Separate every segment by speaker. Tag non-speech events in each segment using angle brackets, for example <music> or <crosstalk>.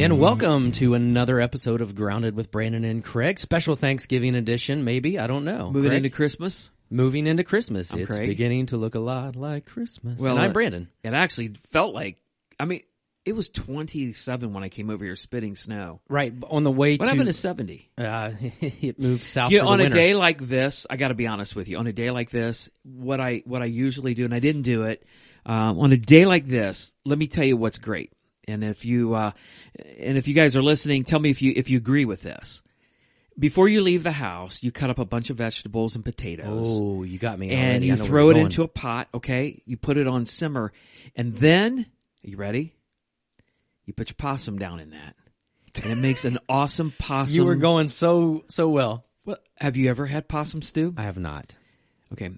Speaker 1: And welcome to another episode of Grounded with Brandon and Craig. Special Thanksgiving edition, maybe. I don't know.
Speaker 2: Moving
Speaker 1: Craig?
Speaker 2: into Christmas.
Speaker 1: moving into Christmas. it's
Speaker 2: Craig.
Speaker 1: beginning to look a lot like Christmas.
Speaker 2: Well,
Speaker 1: and I'm
Speaker 2: uh,
Speaker 1: Brandon.
Speaker 2: It actually felt like, I mean, it was 27 when I came over here spitting snow.
Speaker 1: Right on the way
Speaker 2: What
Speaker 1: to
Speaker 2: happened to 70?
Speaker 1: uh, <laughs> it moved south.
Speaker 2: Yeah,
Speaker 1: for the
Speaker 2: on a
Speaker 1: winter.
Speaker 2: day like this, I got to be honest with you. On a day like this, what I what I usually do, and I didn't do it. Um, on a day like this, let me tell you what's great. And if you uh, and if you guys are listening, tell me if you if you agree with this. Before you leave the house, you cut up a bunch of vegetables and potatoes.
Speaker 1: Oh, you got me.
Speaker 2: and
Speaker 1: already.
Speaker 2: you
Speaker 1: I know where
Speaker 2: throw
Speaker 1: we're
Speaker 2: it
Speaker 1: going.
Speaker 2: into a pot, okay? You put it on simmer, and then you ready? You put your possum down in that, and it
Speaker 1: <laughs>
Speaker 2: makes an awesome possum.
Speaker 1: You were going so so well.
Speaker 2: Well, have you ever had possum stew?
Speaker 1: I have not.
Speaker 2: Okay,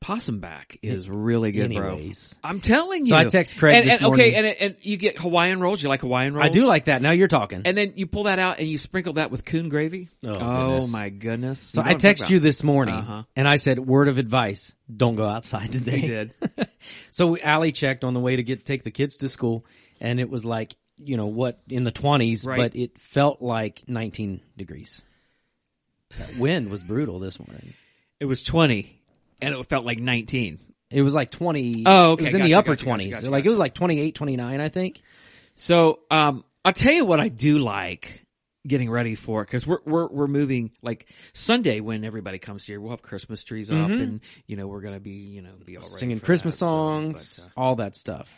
Speaker 2: possum back is really good,
Speaker 1: Anyways.
Speaker 2: bro. I'm telling you.
Speaker 1: So I text Craig
Speaker 2: and,
Speaker 1: this
Speaker 2: and
Speaker 1: morning.
Speaker 2: okay, and and you get Hawaiian rolls. You like Hawaiian rolls?
Speaker 1: I do like that. Now you're talking.
Speaker 2: And then you pull that out and you sprinkle that with coon gravy.
Speaker 1: Oh, goodness.
Speaker 2: my goodness!
Speaker 1: so I text you this morning,
Speaker 2: Uh-huh.
Speaker 1: and I said, "Word of advice: Don't go outside <laughs> today."
Speaker 2: He did.
Speaker 1: <laughs> So Allie checked on the way to get take the kids to school, and it was like you know what in the twenties,
Speaker 2: Right.
Speaker 1: but it felt like nineteen degrees. That wind was brutal this morning.
Speaker 2: It was twenty, and it felt like nineteen.
Speaker 1: It was like twenty.
Speaker 2: Oh,
Speaker 1: It
Speaker 2: okay.
Speaker 1: was in the
Speaker 2: Gotcha,
Speaker 1: upper
Speaker 2: gotcha, gotcha,
Speaker 1: twenties.
Speaker 2: gotcha,
Speaker 1: like it was like 28, 29, I think.
Speaker 2: So, um, I'll tell you what I do like getting ready for because we're we're we're moving like Sunday when everybody comes here, we'll have Christmas trees up, and you know we're gonna be you know be all ready
Speaker 1: Singing
Speaker 2: for
Speaker 1: Christmas
Speaker 2: that, so,
Speaker 1: songs,
Speaker 2: but, uh,
Speaker 1: all that stuff.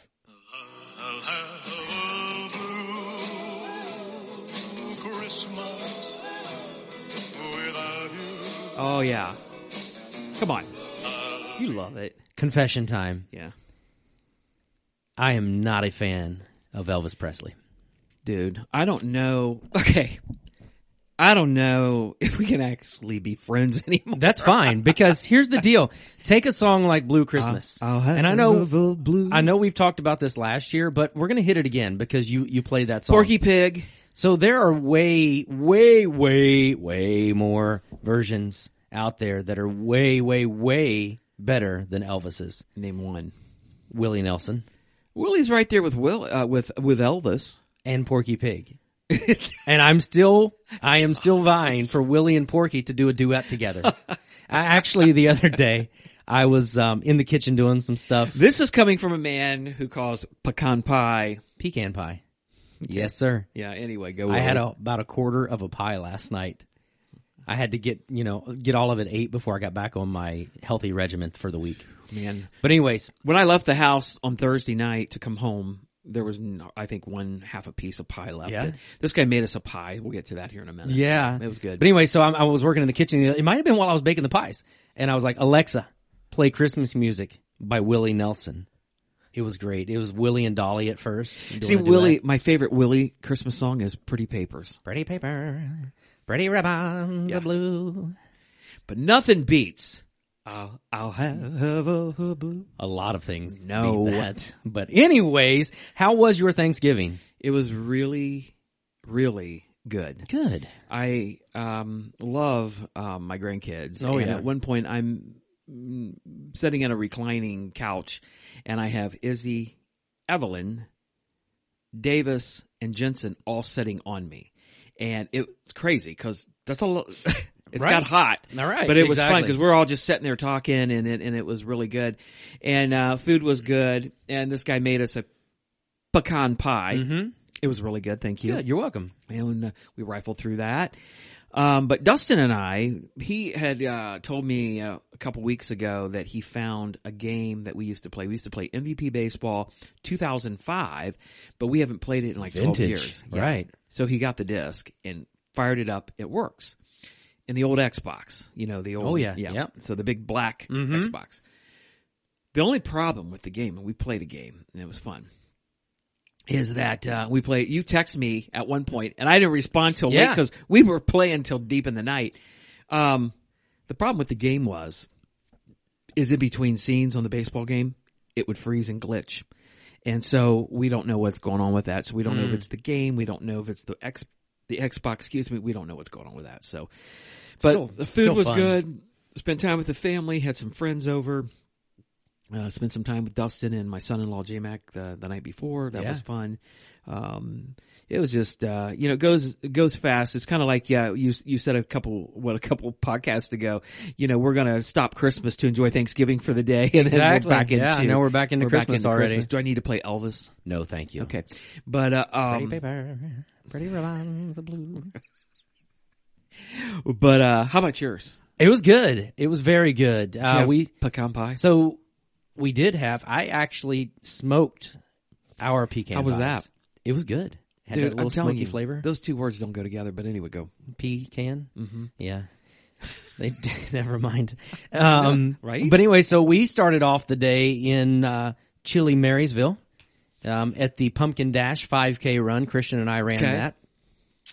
Speaker 3: Blue Christmas without you.
Speaker 2: oh yeah, come on, you love it,
Speaker 1: Confession time.
Speaker 2: yeah,
Speaker 1: I am not a fan of Elvis Presley.
Speaker 2: dude. I don't know. <laughs> Okay. I don't know if we can actually be friends <laughs> anymore.
Speaker 1: That's fine because here's the deal. Take a song like Blue Christmas. and I know
Speaker 2: blue.
Speaker 1: I know we've talked about this last year, but we're gonna hit it again because you you played that song.
Speaker 2: Porky Pig.
Speaker 1: So there are way, way, way, way more versions out there that are way, way, way better than Elvis's.
Speaker 2: Name one.
Speaker 1: Willie Nelson
Speaker 2: Willie's right there with Will uh, with with Elvis.
Speaker 1: and Porky Pig. and I'm still, I am still vying for Willie and Porky to do a duet together. I actually the other day, I was um, in the kitchen doing some stuff.
Speaker 2: This is coming from a man who calls pecan pie.
Speaker 1: Pecan pie. Yes, sir.
Speaker 2: Yeah. Anyway, go.
Speaker 1: I
Speaker 2: on.
Speaker 1: had a, about a quarter of a pie last night. I had to get you know get all of it ate before I got back on my healthy regimen for the week.
Speaker 2: man.
Speaker 1: But anyways,
Speaker 2: When I left the house on Thursday night to come home, there was no, I think one half a piece of pie left.
Speaker 1: Yeah.
Speaker 2: This guy made us a pie. We'll get to that here in a minute.
Speaker 1: yeah,
Speaker 2: So it was good.
Speaker 1: But anyway, so I'm, I was working in the kitchen. It might have been while I was baking the pies, and I was like, Alexa, play Christmas music by Willie Nelson. It was great. It was Willie and Dolly at first.
Speaker 2: See,
Speaker 1: doing a duet.
Speaker 2: Willie, my favorite Willie Christmas song is "Pretty Papers,"
Speaker 1: pretty paper, pretty ribbons of blue.
Speaker 2: but nothing beats. I'll, I'll have a blue.
Speaker 1: A lot of things.
Speaker 2: No.
Speaker 1: beat that. but anyways, how was your Thanksgiving?
Speaker 2: It was really, really good.
Speaker 1: Good.
Speaker 2: I um, love um, my grandkids.
Speaker 1: Oh,
Speaker 2: and
Speaker 1: yeah.
Speaker 2: At one point, I'm mm, sitting in a reclining couch, and I have Izzy, Evelyn, Davis, and Jensen all sitting on me, and it's crazy because that's a. Lo- <laughs> It
Speaker 1: Right.
Speaker 2: got hot,
Speaker 1: All right,
Speaker 2: but it was
Speaker 1: exactly.
Speaker 2: fun because we're all just sitting there talking, and it, and it was really good, and uh, food was good, and this guy made us a pecan pie. Mm-hmm. It was really good, thank you
Speaker 1: Good. You're welcome.
Speaker 2: and uh, we rifled through that. Um, but Dustin and I, he had uh, told me uh, a couple weeks ago that he found a game that we used to play. We used to play MVP baseball 2005, but we haven't played it in like 12
Speaker 1: Vintage,
Speaker 2: years.
Speaker 1: right.
Speaker 2: So he got the disc and fired it up. It works. In the old Xbox, you know, the old
Speaker 1: Oh, yeah. Yep. Mm-hmm.
Speaker 2: So the big black Xbox. The only problem with the game, and we played a game, and it was fun, is that uh, we play. You text me at one point, and I didn't respond till late
Speaker 1: Yeah.
Speaker 2: because we were playing till deep in the night. Um, the problem with the game was, is in between scenes on the baseball game, it would freeze and glitch, and so we don't know what's going on with that. So we don't know if
Speaker 1: Hmm.
Speaker 2: it's the game, we don't know if it's the X, the Xbox. Excuse me, we don't know what's going on with that. So, but
Speaker 1: Still-
Speaker 2: the food
Speaker 1: still
Speaker 2: was
Speaker 1: fun.
Speaker 2: good. Spent time with the family, had some friends over. Uh, spent some time with Dustin and my son-in-law J Mac the, the night before. That
Speaker 1: Yeah.
Speaker 2: was fun. Um, it was just uh, you know it goes it goes fast. It's kind of like yeah you you said a couple what a couple <laughs> podcasts ago. You know we're gonna stop Christmas to enjoy Thanksgiving for the day <laughs> and
Speaker 1: Exactly.
Speaker 2: then we're back
Speaker 1: Yeah,
Speaker 2: into
Speaker 1: now we're back into Christmas already.
Speaker 2: Do I need to play Elvis?
Speaker 1: No, thank you.
Speaker 2: Okay, but uh, um,
Speaker 1: paper, pretty rhymes of blue.
Speaker 2: but uh, how about yours?
Speaker 1: It was good. It was very good.
Speaker 2: Do you
Speaker 1: Uh,
Speaker 2: have
Speaker 1: we
Speaker 2: pecan pie.
Speaker 1: so we did have. I actually smoked our pecan.
Speaker 2: How was
Speaker 1: pies.
Speaker 2: that?
Speaker 1: It was good. Had
Speaker 2: Dude,
Speaker 1: that little
Speaker 2: I'm telling
Speaker 1: smoky
Speaker 2: you,
Speaker 1: flavor.
Speaker 2: Those two words don't go together. But anyway, go.
Speaker 1: pecan. Mm-hmm. Yeah.
Speaker 2: <laughs>
Speaker 1: They <laughs> never mind. Um,
Speaker 2: <laughs> Right?
Speaker 1: But anyway, so we started off the day in uh, chilly Marysville um, at the Pumpkin Dash 5K run. Christian and I ran
Speaker 2: Okay.
Speaker 1: that.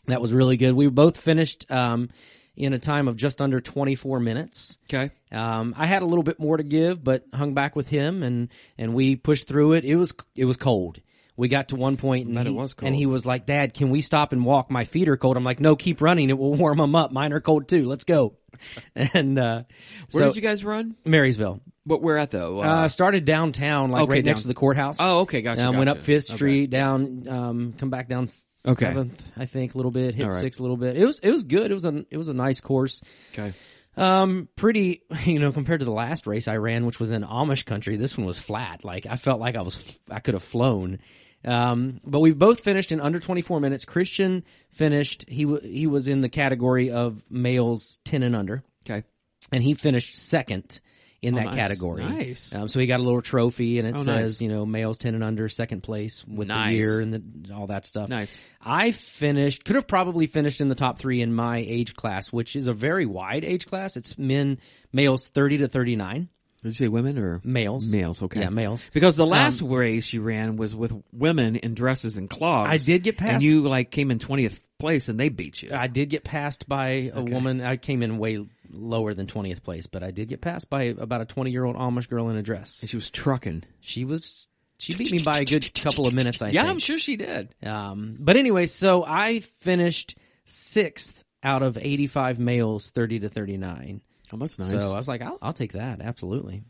Speaker 1: That was really good. We both finished um, in a time of just under 24 minutes.
Speaker 2: Okay.
Speaker 1: Um, I had a little bit more to give, but hung back with him, and and we pushed through it. It was it was cold. We got to one point, and
Speaker 2: Bet it
Speaker 1: he,
Speaker 2: was cold.
Speaker 1: and he was like, "Dad, can we stop and walk? My feet are cold." I'm like, "No, keep running. It will warm them up. Mine are cold too. Let's go." <laughs> and uh,
Speaker 2: Where
Speaker 1: so
Speaker 2: did you guys run?
Speaker 1: Marysville.
Speaker 2: What? Where at though?
Speaker 1: Uh, started downtown, like
Speaker 2: Okay,
Speaker 1: right next
Speaker 2: down-
Speaker 1: to the courthouse.
Speaker 2: Oh, okay, gotcha,
Speaker 1: Um, Went
Speaker 2: gotcha.
Speaker 1: up Fifth
Speaker 2: Okay.
Speaker 1: Street, down, um, come back down
Speaker 2: Okay.
Speaker 1: Seventh, I think, a little bit. Hit
Speaker 2: All right.
Speaker 1: Sixth a little bit. It was it was good. It was a it was a nice course.
Speaker 2: okay.
Speaker 1: Um, pretty, <laughs> you know, compared to the last race I ran, which was in Amish country, this one was flat. Like I felt like I was, I could have flown. Um, but we both finished in under 24 minutes. Christian finished, he, w- he was in the category of males 10 and under
Speaker 2: Okay.
Speaker 1: and he finished second in that
Speaker 2: Oh, nice.
Speaker 1: category.
Speaker 2: Nice.
Speaker 1: Um, so he got a little trophy, and it
Speaker 2: Oh,
Speaker 1: says,
Speaker 2: nice.
Speaker 1: you know, males ten and under, second place with
Speaker 2: Nice.
Speaker 1: the year and the, all that stuff.
Speaker 2: Nice.
Speaker 1: I finished, could have probably finished in the top three in my age class, which is a very wide age class. It's men, males thirty to thirty nine,
Speaker 2: Did you say women or
Speaker 1: males,
Speaker 2: Males, okay.
Speaker 1: yeah, males.
Speaker 2: Because the last race you ran was with women in dresses and clogs.
Speaker 1: I did get
Speaker 2: and
Speaker 1: past-
Speaker 2: you like came in twentieth place, and they beat you.
Speaker 1: I did get passed by a woman. I came in way lower than twentieth place, but I did get passed by about a twenty year old Amish girl in a dress.
Speaker 2: And she was trucking.
Speaker 1: She was. She beat me by a good couple of minutes, I
Speaker 2: yeah,
Speaker 1: think.
Speaker 2: I'm sure she did.
Speaker 1: Um, but anyway, so I finished sixth out of 85 males, 30 to 39.
Speaker 2: Oh, that's nice.
Speaker 1: So
Speaker 2: So,
Speaker 1: I was like, I'll, I'll take that. Absolutely.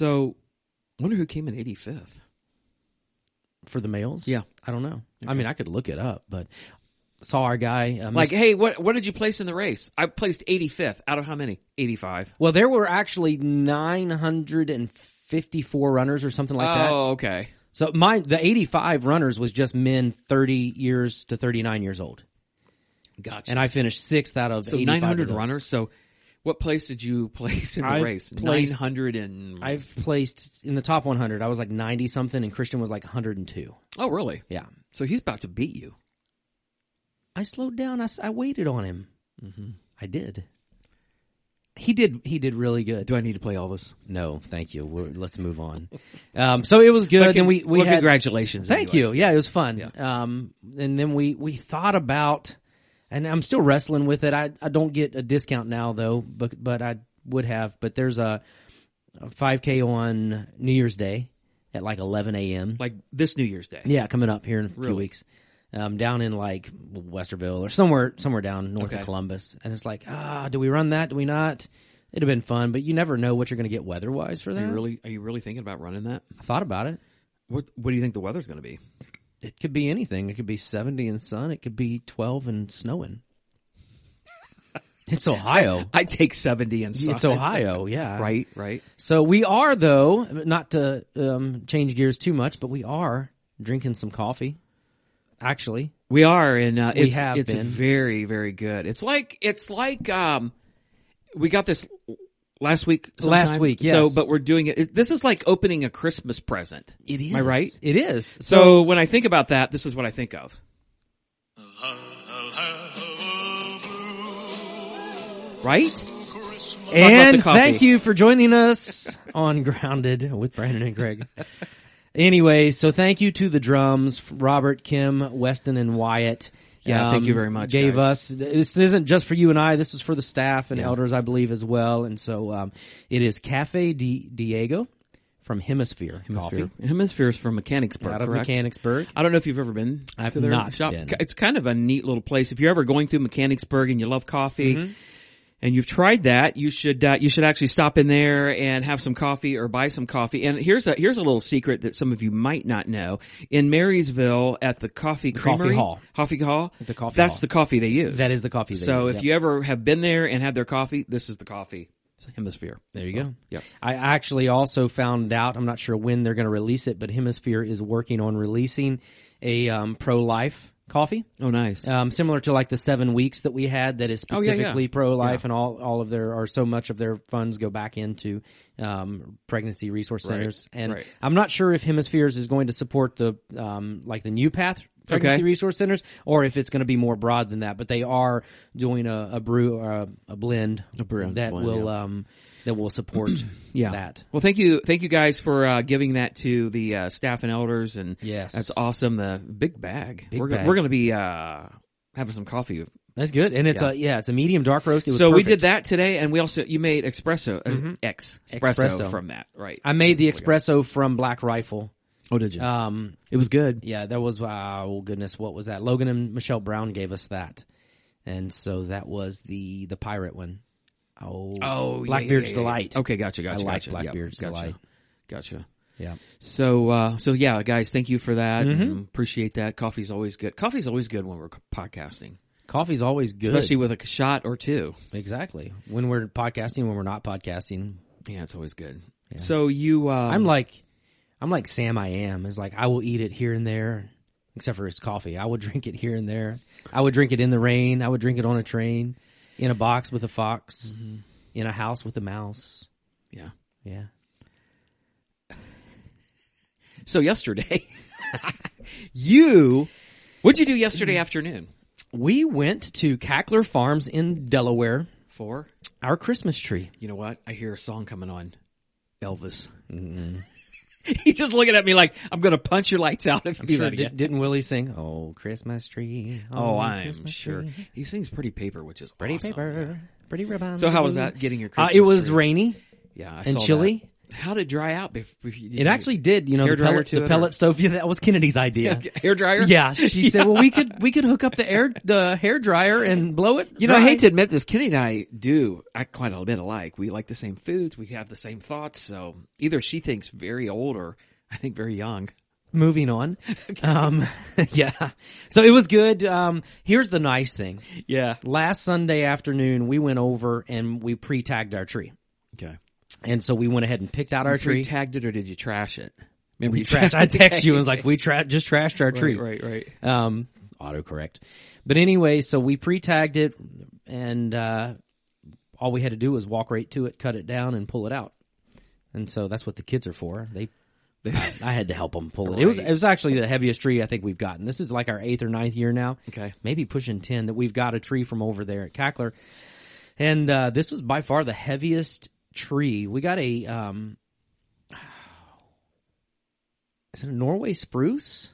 Speaker 2: I wonder who came in eighty fifth.
Speaker 1: For the males?
Speaker 2: Yeah.
Speaker 1: I don't know. I mean, I could look it up, but saw our guy. Um,
Speaker 2: Like, hey, what what did you place in the race? I placed eighty fifth out of how many? Eighty five.
Speaker 1: well, there were actually 954 runners or something like that.
Speaker 2: Oh, okay.
Speaker 1: So my, the 85 runners was just men 30 years to 39 years old.
Speaker 2: Gotcha.
Speaker 1: And I finished sixth out of
Speaker 2: so
Speaker 1: 85 of
Speaker 2: nine hundred
Speaker 1: those.
Speaker 2: runners. So, what place did you <laughs> place in the
Speaker 1: I've
Speaker 2: race? Nine
Speaker 1: placed-
Speaker 2: hundred and.
Speaker 1: I've placed in the top 100. I was like 90 something and Christian was like 102.
Speaker 2: oh, really?
Speaker 1: Yeah.
Speaker 2: So he's about to beat you.
Speaker 1: I slowed down. I, s- I waited on him. I did. He did. He did really good.
Speaker 2: Do I need to play Elvis?
Speaker 1: no, thank you. We're, let's move on. <laughs> Um, so it was
Speaker 2: Uh,
Speaker 1: good. And we we
Speaker 2: well,
Speaker 1: had.
Speaker 2: congratulations.
Speaker 1: Thank you. Yeah, it was fun. Um, and then we we thought about, and I'm still wrestling with it. I I don't get a discount now though, but but I would have. But there's a, a 5K on New Year's Day at like 11 a.m.
Speaker 2: Like this New Year's Day.
Speaker 1: Yeah, coming up here in a
Speaker 2: Really?
Speaker 1: few weeks. Um, down in like Westerville or somewhere, somewhere down north
Speaker 2: Okay.
Speaker 1: of Columbus, and it's like, ah, do we run that? Do we not? It'd have been fun, but you never know what you're going to get weather wise for
Speaker 2: Are
Speaker 1: that.
Speaker 2: you really? Are you really thinking about running that?
Speaker 1: I thought about it.
Speaker 2: What What do you think the weather's going to be?
Speaker 1: It could be anything. It could be 70 and sun. It could be 12 and
Speaker 2: <laughs>
Speaker 1: snowing. It's Ohio.
Speaker 2: I take seventy and
Speaker 1: it's Ohio. Yeah.
Speaker 2: Right. Right.
Speaker 1: So we are though, not to um, change gears too much, but we are drinking some coffee. Actually,
Speaker 2: We are, and uh, it's
Speaker 1: have
Speaker 2: it's
Speaker 1: been.
Speaker 2: very very good. It's like it's like um, we got this last week.
Speaker 1: Last
Speaker 2: sometime.
Speaker 1: week,
Speaker 2: So,
Speaker 1: yes.
Speaker 2: but we're doing it. it- This is like opening a Christmas present.
Speaker 1: it is.
Speaker 2: Am I right?
Speaker 1: It is.
Speaker 2: So, when I think about that, this is what I think of.
Speaker 3: I'll have a blue
Speaker 2: Right?
Speaker 3: Christmas.
Speaker 2: about the
Speaker 1: And
Speaker 2: coffee.
Speaker 1: thank you for joining us <laughs> on Grounded with Brandon and Greg. anyway, so thank you to the drums, Robert, Kim, Weston, and Wyatt. Um,
Speaker 2: Yeah, thank you very much,
Speaker 1: Gave
Speaker 2: guys.
Speaker 1: us this isn't just for you and I. This is for the staff and elders, I believe, as well. And so um, it is Cafe Di- Diego from Hemisphere, Coffee
Speaker 2: Hemispheres from Mechanicsburg.
Speaker 1: out of
Speaker 2: correct?
Speaker 1: Mechanicsburg.
Speaker 2: I don't know if you've ever been.
Speaker 1: I've
Speaker 2: to their
Speaker 1: not
Speaker 2: shop.
Speaker 1: been. Mm-hmm.
Speaker 2: It's kind of a neat little place. If you're ever going through Mechanicsburg and you love coffee, and you've tried that, you should uh, you should actually stop in there and have some coffee or buy some coffee. And here's a here's a little secret that some of you might not know. In Marysville, at the coffee
Speaker 1: coffee
Speaker 2: creamery,
Speaker 1: hall.
Speaker 2: coffee hall,
Speaker 1: The coffee
Speaker 2: that's
Speaker 1: hall.
Speaker 2: the coffee they use.
Speaker 1: That is the coffee they
Speaker 2: so
Speaker 1: use,
Speaker 2: if
Speaker 1: yep.
Speaker 2: you ever have been there and had their coffee, this is the coffee It's a hemisphere.
Speaker 1: There you
Speaker 2: So,
Speaker 1: go.
Speaker 2: Yep.
Speaker 1: I actually also found out, I'm not sure when they're going to release it, but Hemisphere is working on releasing a um, pro life coffee.
Speaker 2: Oh, nice.
Speaker 1: Um, similar to like the seven weeks that we had that is
Speaker 2: yeah, Oh, yeah.
Speaker 1: specifically pro life and all, all of their, or so much of their funds go back into, um, pregnancy resource centers. And
Speaker 2: right.
Speaker 1: I'm not sure if Hemispheres is going to support the, um, like the new path pregnancy
Speaker 2: Okay.
Speaker 1: resource centers or if it's going to be more broad than that, but they are doing a, a brew, uh, a blend a
Speaker 2: brew-
Speaker 1: that
Speaker 2: blend,
Speaker 1: will, um, that will
Speaker 2: <clears throat>
Speaker 1: support
Speaker 2: yeah.
Speaker 1: that.
Speaker 2: Well, thank you, thank you guys for uh, giving that to the uh, staff and elders, and
Speaker 1: Yes.
Speaker 2: that's awesome. The big bag.
Speaker 1: Big
Speaker 2: we're go-
Speaker 1: bag.
Speaker 2: we're going to be uh, having some coffee.
Speaker 1: That's good. And it's
Speaker 2: Yeah.
Speaker 1: a, yeah, it's a medium dark roast. It was
Speaker 2: So we
Speaker 1: perfect. Mm-hmm.
Speaker 2: did that today, and we also you made espresso, uh, ex espresso
Speaker 1: Espresso.
Speaker 2: from that, right?
Speaker 1: I made the espresso from Black Rifle.
Speaker 2: oh, did you?
Speaker 1: Um,
Speaker 2: it was good.
Speaker 1: yeah, that was, uh, oh goodness, what was that? Logan and Michelle Brown gave us that. And so that was the, the pirate one. Oh,
Speaker 2: Oh, yeah,
Speaker 1: Blackbeard's
Speaker 2: yeah, yeah, yeah.
Speaker 1: Delight.
Speaker 2: Okay, gotcha, gotcha.
Speaker 1: I like
Speaker 2: gotcha. Yep,
Speaker 1: Blackbeard's
Speaker 2: gotcha.
Speaker 1: Delight.
Speaker 2: Gotcha.
Speaker 1: Yeah.
Speaker 2: So, uh, so yeah, guys, thank you for that.
Speaker 1: Mm-hmm.
Speaker 2: and Appreciate that. Coffee's always good. Coffee's always good when we're podcasting,
Speaker 1: Coffee's always good.
Speaker 2: especially with a shot or two.
Speaker 1: exactly. When we're podcasting, when we're not podcasting.
Speaker 2: Yeah, it's always good. So you, um,
Speaker 1: I'm like, I'm like Sam I am. Is like, I will eat it here and there, except for his coffee. I would <laughs> drink it here and there. I would drink it in the rain. I would drink it on a train, in a box with a fox,
Speaker 2: Mm-hmm.
Speaker 1: in a house with a mouse.
Speaker 2: yeah.
Speaker 1: Yeah.
Speaker 2: So yesterday, <laughs> you, what'd you do yesterday afternoon?
Speaker 1: We went to Cackler Farms in Delaware,
Speaker 2: For
Speaker 1: our Christmas tree.
Speaker 2: you know what? I hear a song coming on, <laughs> Elvis. He's just looking at me like I'm going to punch your lights out if you do
Speaker 1: Sure,
Speaker 2: that again.
Speaker 1: did, Mm-hmm. didn't Willie sing, Oh, Christmas tree?
Speaker 2: Oh, I'm
Speaker 1: Christmas
Speaker 2: sure.
Speaker 1: tree,
Speaker 2: He sings pretty paper, which is
Speaker 1: Pretty
Speaker 2: awesome.
Speaker 1: paper, pretty ribbon.
Speaker 2: So how was that getting your
Speaker 1: Uh,
Speaker 2: Christmas?
Speaker 1: it was
Speaker 2: tree?
Speaker 1: rainy.
Speaker 2: yeah, I
Speaker 1: and
Speaker 2: saw
Speaker 1: chilly?
Speaker 2: that. How did it dry out? Before, did
Speaker 1: It
Speaker 2: <laughs>
Speaker 1: actually did. You know,
Speaker 2: Hair
Speaker 1: the
Speaker 2: dryer
Speaker 1: pellet,
Speaker 2: to it,
Speaker 1: the
Speaker 2: or-
Speaker 1: pellet stove. <laughs> Yeah, that was Kennedy's
Speaker 2: <laughs>
Speaker 1: idea.
Speaker 2: hair dryer.
Speaker 1: Yeah,
Speaker 2: <laughs>
Speaker 1: she said, "Well, we could we could hook up the air the hair dryer and blow it."
Speaker 2: You know, I hate to admit this, Kenny and I do act quite a bit alike. We like the same foods, we have the same thoughts. So either she thinks very old, or I think very young.
Speaker 1: Moving on.
Speaker 2: <laughs>
Speaker 1: Um, <laughs> yeah. So it was good. Um, here's the nice thing.
Speaker 2: Yeah.
Speaker 1: Last Sunday afternoon, we went over and we pre-tagged our tree,
Speaker 2: Okay.
Speaker 1: and so we went ahead and picked out our
Speaker 2: Tree
Speaker 1: tree.
Speaker 2: tagged it, or did you trash it? Remember
Speaker 1: We <laughs> trashed. I text you and was
Speaker 2: <laughs>
Speaker 1: like, "We tra- just trashed our tree."
Speaker 2: Right, <laughs> right, right.
Speaker 1: um, autocorrect. But anyway, so we pre-tagged it, and uh, all we had to do was walk right to it, cut it down, and pull it out. And so that's what the kids are for.
Speaker 2: <laughs>
Speaker 1: They, I, I had to help them pull it. It was it was actually the heaviest tree I think we've gotten. This is like our eighth or ninth year now.
Speaker 2: Okay.
Speaker 1: maybe pushing ten that we've got a tree from over there at Cackler, and uh, this was by far the heaviest tree we got. A um, <sighs> is it a Norway spruce?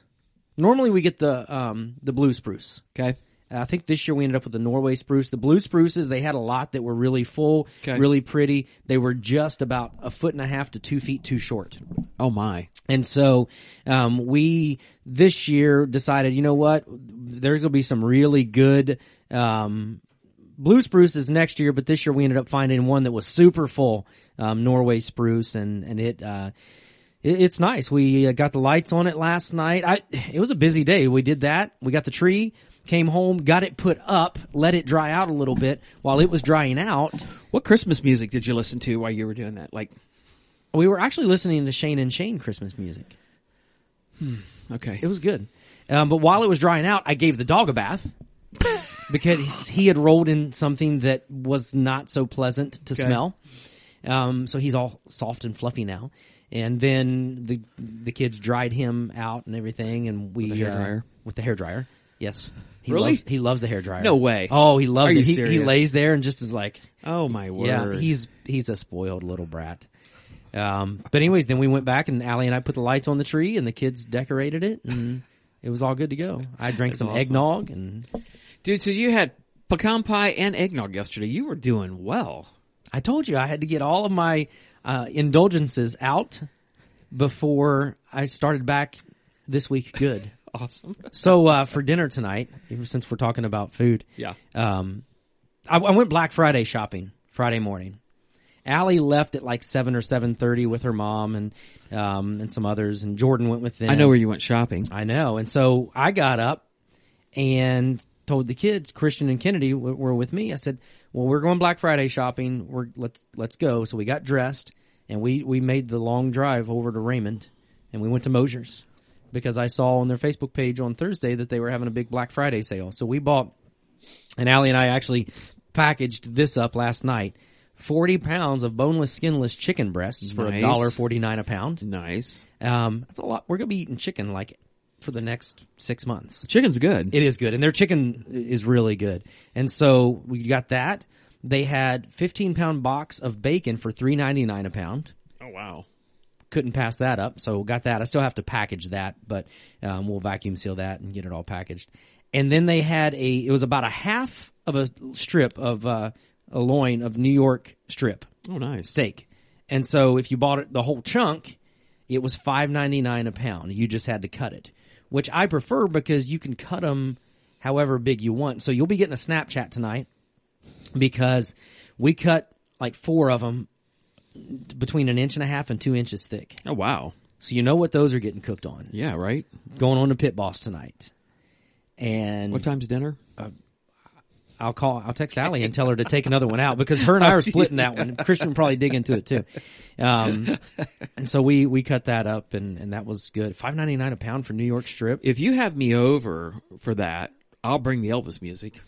Speaker 1: Normally we get the um the blue spruce.
Speaker 2: Okay.
Speaker 1: And I think this year we ended up with the Norway spruce. The blue spruces they had a lot that were really full,
Speaker 2: Okay.
Speaker 1: really pretty. They were just about a foot and a half to two feet too short.
Speaker 2: Oh my.
Speaker 1: And so um, we this year decided, you know what, there's going to be some really good um, blue spruces next year, but this year we ended up finding one that was super full, um, Norway spruce, and and it. Uh, it- it's nice. We uh, got the lights on it last night. I it was a busy day. We did that. We got the tree, came home, got it put up, let it dry out a little bit. While it was drying out,
Speaker 2: What Christmas music did you listen to while you were doing that? Like,
Speaker 1: we were actually listening to Shane and Shane Christmas music.
Speaker 2: okay.
Speaker 1: It was good. Um, but while it was drying out, I gave the dog a
Speaker 2: <laughs>
Speaker 1: bath because he had rolled in something that was not so pleasant to smell. Um, so he's all soft and fluffy now. And then the the kids dried him out and everything, and we uh,
Speaker 2: the hair dryer?
Speaker 1: with the hair dryer. Yes, he
Speaker 2: Really?
Speaker 1: Loves, he loves the hair dryer.
Speaker 2: No way.
Speaker 1: Oh, he loves
Speaker 2: Are you
Speaker 1: it. He, he
Speaker 2: serious?
Speaker 1: lays there and just is like,
Speaker 2: oh my word.
Speaker 1: yeah, he's he's a spoiled little brat. Um, but anyways, then we went back and Allie and I put the lights on the tree and the kids decorated it and <laughs> it was all good to go. I drank some
Speaker 2: awesome.
Speaker 1: eggnog and
Speaker 2: dude. So you had pecan pie and eggnog yesterday. You were doing well.
Speaker 1: I told you I had to get all of my uh, indulgences out before I started back this week good.
Speaker 2: Awesome.
Speaker 1: so uh, for dinner tonight, ever since we're talking about food,
Speaker 2: Yeah.
Speaker 1: um, I, I went Black Friday shopping Friday morning. Allie left at like seven or seven thirty with her mom and um, and some others, and Jordan went with them.
Speaker 2: I know where you went shopping.
Speaker 1: I know. And so I got up and told the kids, Christian and Kennedy w- were with me. I said, "Well, we're going Black Friday shopping. We're let's let's go." So we got dressed and we we made the long drive over to Raymond and we went to Mosier's because I saw on their Facebook page on Thursday that they were having a big Black Friday sale. So we bought and Allie and I actually packaged this up last night. 40 pounds of boneless, skinless chicken breasts for
Speaker 2: Nice.
Speaker 1: $1.49 a pound.
Speaker 2: Nice.
Speaker 1: Um, that's a lot. We're gonna be eating chicken like for the next six months.
Speaker 2: Chicken's good.
Speaker 1: It is good, and their chicken is really good. And so we got that. They had fifteen pound box of bacon for three ninety nine a pound.
Speaker 2: oh wow.
Speaker 1: Couldn't pass that up, so got that. I still have to package that, but um, we'll vacuum seal that and get it all packaged. And then they had a. It was about a half of a strip of uh, a loin of New York strip
Speaker 2: Oh nice.
Speaker 1: steak. And so if you bought it the whole chunk, it was five ninety nine a pound. You just had to cut it, which I prefer because you can cut them however big you want. So you'll be getting a Snapchat tonight because we cut like four of them between an inch and a half and two inches thick.
Speaker 2: Oh wow.
Speaker 1: So you know what those are getting cooked on.
Speaker 2: Yeah. Right.
Speaker 1: Going on to Pit Boss tonight. And
Speaker 2: What time's dinner?
Speaker 1: I'll call. I'll text Allie and tell her to take another one out because her and I
Speaker 2: <laughs> Oh,
Speaker 1: are splitting that one. Christian will probably dig into it too. Um, and so we we cut that up and and that was good. Five ninety nine a pound for New York strip.
Speaker 2: if you have me over for that, I'll bring the Elvis music.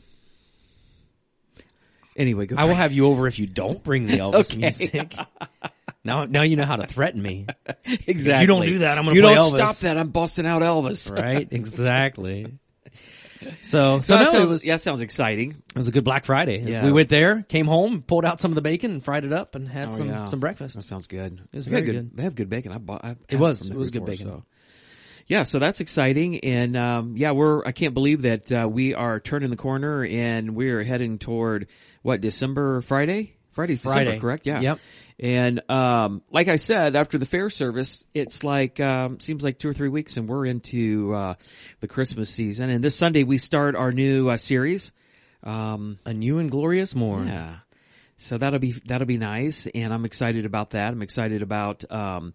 Speaker 2: Anyway, go.
Speaker 1: I
Speaker 2: for
Speaker 1: will
Speaker 2: it.
Speaker 1: have you over if you don't bring the Elvis
Speaker 2: Okay.
Speaker 1: music. Now now you know how to threaten me,
Speaker 2: <laughs> exactly.
Speaker 1: don't do that, I'm gonna
Speaker 2: If you
Speaker 1: play
Speaker 2: don't
Speaker 1: Elvis.
Speaker 2: stop that. I'm busting out Elvis.
Speaker 1: right? exactly. So
Speaker 2: So
Speaker 1: so,
Speaker 2: that,
Speaker 1: no, it
Speaker 2: sounds,
Speaker 1: was
Speaker 2: that sounds exciting.
Speaker 1: it was a good Black Friday.
Speaker 2: Yeah.
Speaker 1: We went there, came home, pulled out some of the bacon and fried it up and had some
Speaker 2: Oh, yeah.
Speaker 1: some breakfast.
Speaker 2: That sounds good. It
Speaker 1: was
Speaker 2: they have
Speaker 1: very
Speaker 2: They have good bacon. I bought. I
Speaker 1: It was- it was good bacon.
Speaker 2: Yeah, so that's exciting, and um, yeah, we're. I can't believe that uh, we are turning the corner, and we're heading toward what December Friday. Friday's
Speaker 1: Friday.
Speaker 2: December, correct? Yeah.
Speaker 1: Yep.
Speaker 2: And um, like I said, after the fair service, it's like um, seems like two or three weeks, and we're into uh, the Christmas season. And this Sunday we start our new uh, series. Um,
Speaker 1: A new and glorious morn.
Speaker 2: yeah. So that'll be that'll be nice, and I'm excited about that. I'm excited about um,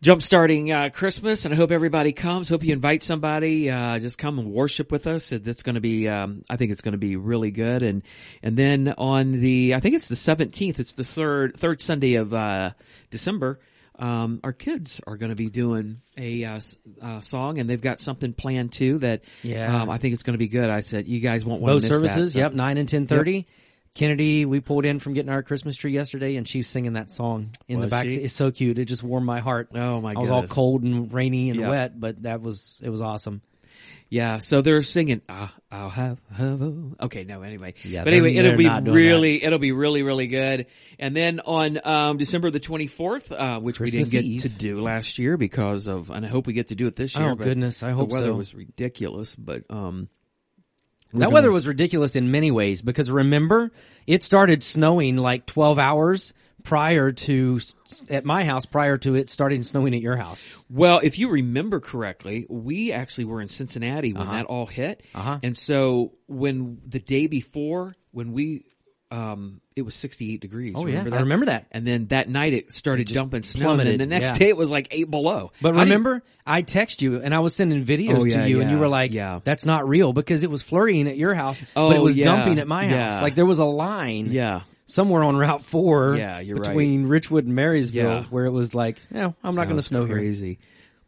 Speaker 2: jump starting uh, Christmas, and I hope everybody comes. Hope you invite somebody. Uh, just come and worship with us. It- It's going to be, um, I think it's going to be really good. And and then on the, I think it's the 17th. It's the third third Sunday of uh, December. Um, our kids are going to be doing a uh, s- uh, song, and they've got something planned too. That
Speaker 1: Yeah.
Speaker 2: um, I think it's going to be good. I said you guys won't want
Speaker 1: Both
Speaker 2: to miss that.
Speaker 1: services.
Speaker 2: So-
Speaker 1: Yep, nine and ten thirty. Kennedy, we pulled in from getting our Christmas tree yesterday, and she's singing that song in the
Speaker 2: Was
Speaker 1: back.
Speaker 2: she?
Speaker 1: It's so cute. It just warmed my heart.
Speaker 2: Oh, my
Speaker 1: I was all
Speaker 2: goodness.
Speaker 1: cold and rainy and
Speaker 2: Yeah.
Speaker 1: wet, but that was it was awesome.
Speaker 2: Yeah, so they're singing. "Ah, I'll have, have a-" okay. No, anyway.
Speaker 1: Yeah,
Speaker 2: but anyway,
Speaker 1: they're-
Speaker 2: it'll
Speaker 1: they're
Speaker 2: be
Speaker 1: not doing
Speaker 2: really, it'll be really, really good. And then on um, December the twenty fourth, uh, which
Speaker 1: Christmas
Speaker 2: we didn't get
Speaker 1: Eve.
Speaker 2: to do last year because of, and I hope we get to do it this year.
Speaker 1: Oh,
Speaker 2: but
Speaker 1: goodness, I hope
Speaker 2: the weather
Speaker 1: so.
Speaker 2: was ridiculous, but um,
Speaker 1: that weather was ridiculous in many ways because remember it started snowing like twelve hours prior to at my house prior to it starting snowing at your house.
Speaker 2: well, if you remember correctly, we actually were in Cincinnati when that all hit,
Speaker 1: Uh-huh.
Speaker 2: and so when the day before, when we, um, it was sixty eight degrees. remember that?
Speaker 1: Oh, I remember that.
Speaker 2: And then that night it started dumping snow,
Speaker 1: plummeted,
Speaker 2: and then the next
Speaker 1: yeah.
Speaker 2: day it was like eight below.
Speaker 1: But
Speaker 2: I didn't-
Speaker 1: remember, I text you and I was sending videos
Speaker 2: Oh, yeah,
Speaker 1: to you, and you
Speaker 2: yeah,
Speaker 1: were like,
Speaker 2: yeah.
Speaker 1: "That's not real," because it was flurrying at your house, but it
Speaker 2: Oh,
Speaker 1: was
Speaker 2: yeah,
Speaker 1: dumping at my
Speaker 2: yeah.
Speaker 1: house. Like there was a line,
Speaker 2: yeah,
Speaker 1: somewhere on Route Four,
Speaker 2: Yeah, you're right.
Speaker 1: between Richwood and Marysville,
Speaker 2: Yeah.
Speaker 1: where it was like, "No, I'm not
Speaker 2: That
Speaker 1: going to
Speaker 2: was
Speaker 1: snow here."
Speaker 2: crazy.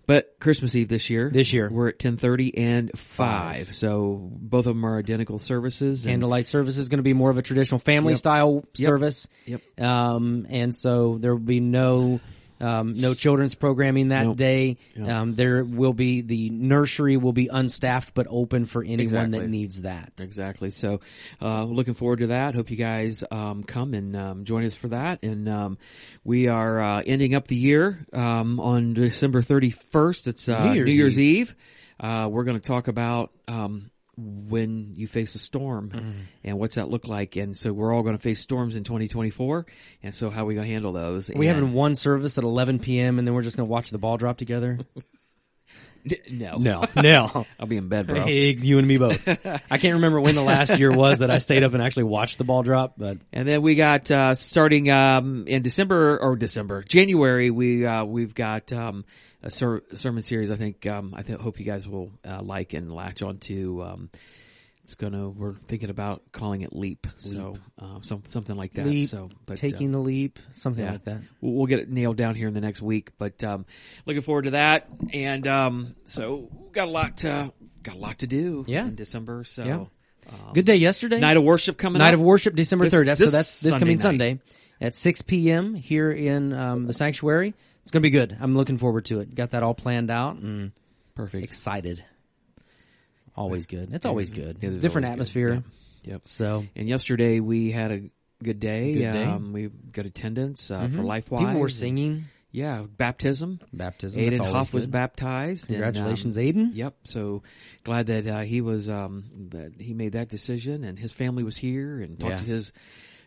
Speaker 2: But Christmas Eve this year,
Speaker 1: This year.
Speaker 2: we're at ten thirty and five, so both of them are identical services. And
Speaker 1: Candlelight service is going to be more of a traditional family style service,
Speaker 2: Yep.
Speaker 1: Um, and so there will be no. Um, no children's programming that
Speaker 2: Nope.
Speaker 1: day.
Speaker 2: Yeah.
Speaker 1: Um, there will be the nursery will be unstaffed but open for anyone that
Speaker 2: Exactly.
Speaker 1: needs that.
Speaker 2: exactly, so uh, looking forward to that. Hope you guys um, come and um, join us for that. And um, we are uh, ending up the year um, on December thirty first. It's uh,
Speaker 1: New
Speaker 2: New
Speaker 1: Year's
Speaker 2: Year's, Eve. Uh, we're going to talk about um, when you face a storm and what's that look like. And so we're all going to face storms in 2024. And so how are we going to handle those?
Speaker 1: We
Speaker 2: and,
Speaker 1: having one service at 11 p.m. and then we're just going to watch the ball drop together.
Speaker 2: <laughs> no,
Speaker 1: No,
Speaker 2: <laughs>
Speaker 1: no.
Speaker 2: I'll be in bed, bro.
Speaker 1: Higgs, you and me
Speaker 2: <laughs>
Speaker 1: both. I can't remember when the last year was that I stayed up and actually watched the ball drop, but
Speaker 2: And then we got uh, starting um, in December or December, January. We uh, we've got um, a ser- sermon series. I think um, I th- hope you guys will uh, like and latch on to. Um, it's gonna. We're thinking about calling it Leap, so um, some, something like that.
Speaker 1: Leap,
Speaker 2: so but,
Speaker 1: taking
Speaker 2: uh,
Speaker 1: the leap, something like that.
Speaker 2: We'll, we'll get it nailed down here in the next week. But um, looking forward to that. And um, so got a lot to got a lot to do.
Speaker 1: Yeah.
Speaker 2: in December. So
Speaker 1: Yeah. Good day yesterday.
Speaker 2: night of worship coming.
Speaker 1: Night
Speaker 2: up.
Speaker 1: of worship, December
Speaker 2: This-
Speaker 1: third. That's
Speaker 2: this
Speaker 1: so that's this
Speaker 2: Sunday
Speaker 1: coming
Speaker 2: night.
Speaker 1: Sunday at six p.m. here in um, the sanctuary. It's gonna be good. I'm looking forward to it. Got that all planned out and
Speaker 2: Perfect.
Speaker 1: excited. Always good. It's always good.
Speaker 2: It is
Speaker 1: Different
Speaker 2: always good.
Speaker 1: atmosphere.
Speaker 2: Yeah. Yep.
Speaker 1: So
Speaker 2: And yesterday we had a good day.
Speaker 1: Good day.
Speaker 2: Um, we got attendance uh, for LifeWise.
Speaker 1: mm-hmm. people were singing
Speaker 2: Yeah, baptism.
Speaker 1: baptism.
Speaker 2: Aiden
Speaker 1: That's always
Speaker 2: Hoff was
Speaker 1: good.
Speaker 2: baptized. and, um,
Speaker 1: Congratulations, Aiden.
Speaker 2: Yep. So glad that uh, he was um, that he made that decision, and his family was here and talked
Speaker 1: Yeah.
Speaker 2: to his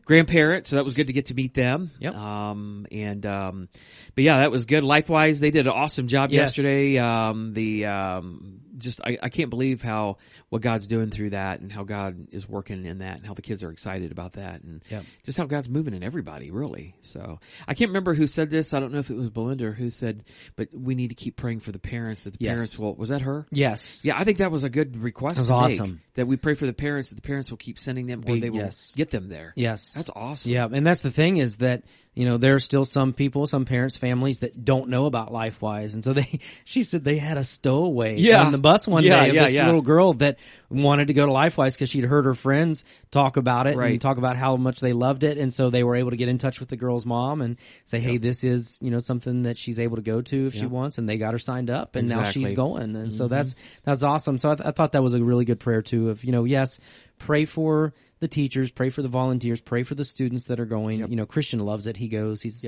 Speaker 2: grandparents. So that was good to get to meet them.
Speaker 1: Yep.
Speaker 2: Um, and um, but yeah, that was good. Lifewise, they did an awesome job
Speaker 1: Yes.
Speaker 2: yesterday. Um, the um, just I, I can't believe how what God's doing through that, and how God is working in that, and how the kids are excited about that, and
Speaker 1: Yep.
Speaker 2: just how God's moving in everybody, really. So I can't remember who said this. I don't know if it was Belinda or who said, but we need to keep praying for the parents. That the
Speaker 1: Yes.
Speaker 2: parents will. Was that her?
Speaker 1: Yes.
Speaker 2: Yeah, I think that was a good request.
Speaker 1: That was
Speaker 2: to make,
Speaker 1: awesome.
Speaker 2: that we pray for the parents that the parents will keep sending them, or
Speaker 1: Big
Speaker 2: they will
Speaker 1: yes.
Speaker 2: get them there.
Speaker 1: Yes.
Speaker 2: that's awesome.
Speaker 1: Yeah, and that's the thing is that you know there are still some people, some parents, families that don't know about LifeWise, and so they. <laughs> She said they had a stowaway
Speaker 2: Yeah.
Speaker 1: on the bus one
Speaker 2: Yeah,
Speaker 1: day of
Speaker 2: yeah,
Speaker 1: this
Speaker 2: yeah.
Speaker 1: little girl that wanted to go to LifeWise because she'd heard her friends talk about it
Speaker 2: Right.
Speaker 1: and talk about how much they loved it, and so they were able to get in touch with the girl's mom and say, "Hey, this is you know something that she's able to go to if she wants," and they got her signed up, and now
Speaker 2: Exactly. Mm-hmm.
Speaker 1: she's going, and so that's that's awesome. So I, th- I thought that was a really good prayer too. Of you know, yes, pray for the teachers, pray for the volunteers, pray for the students that are going. You know, Christian loves it. He goes. He's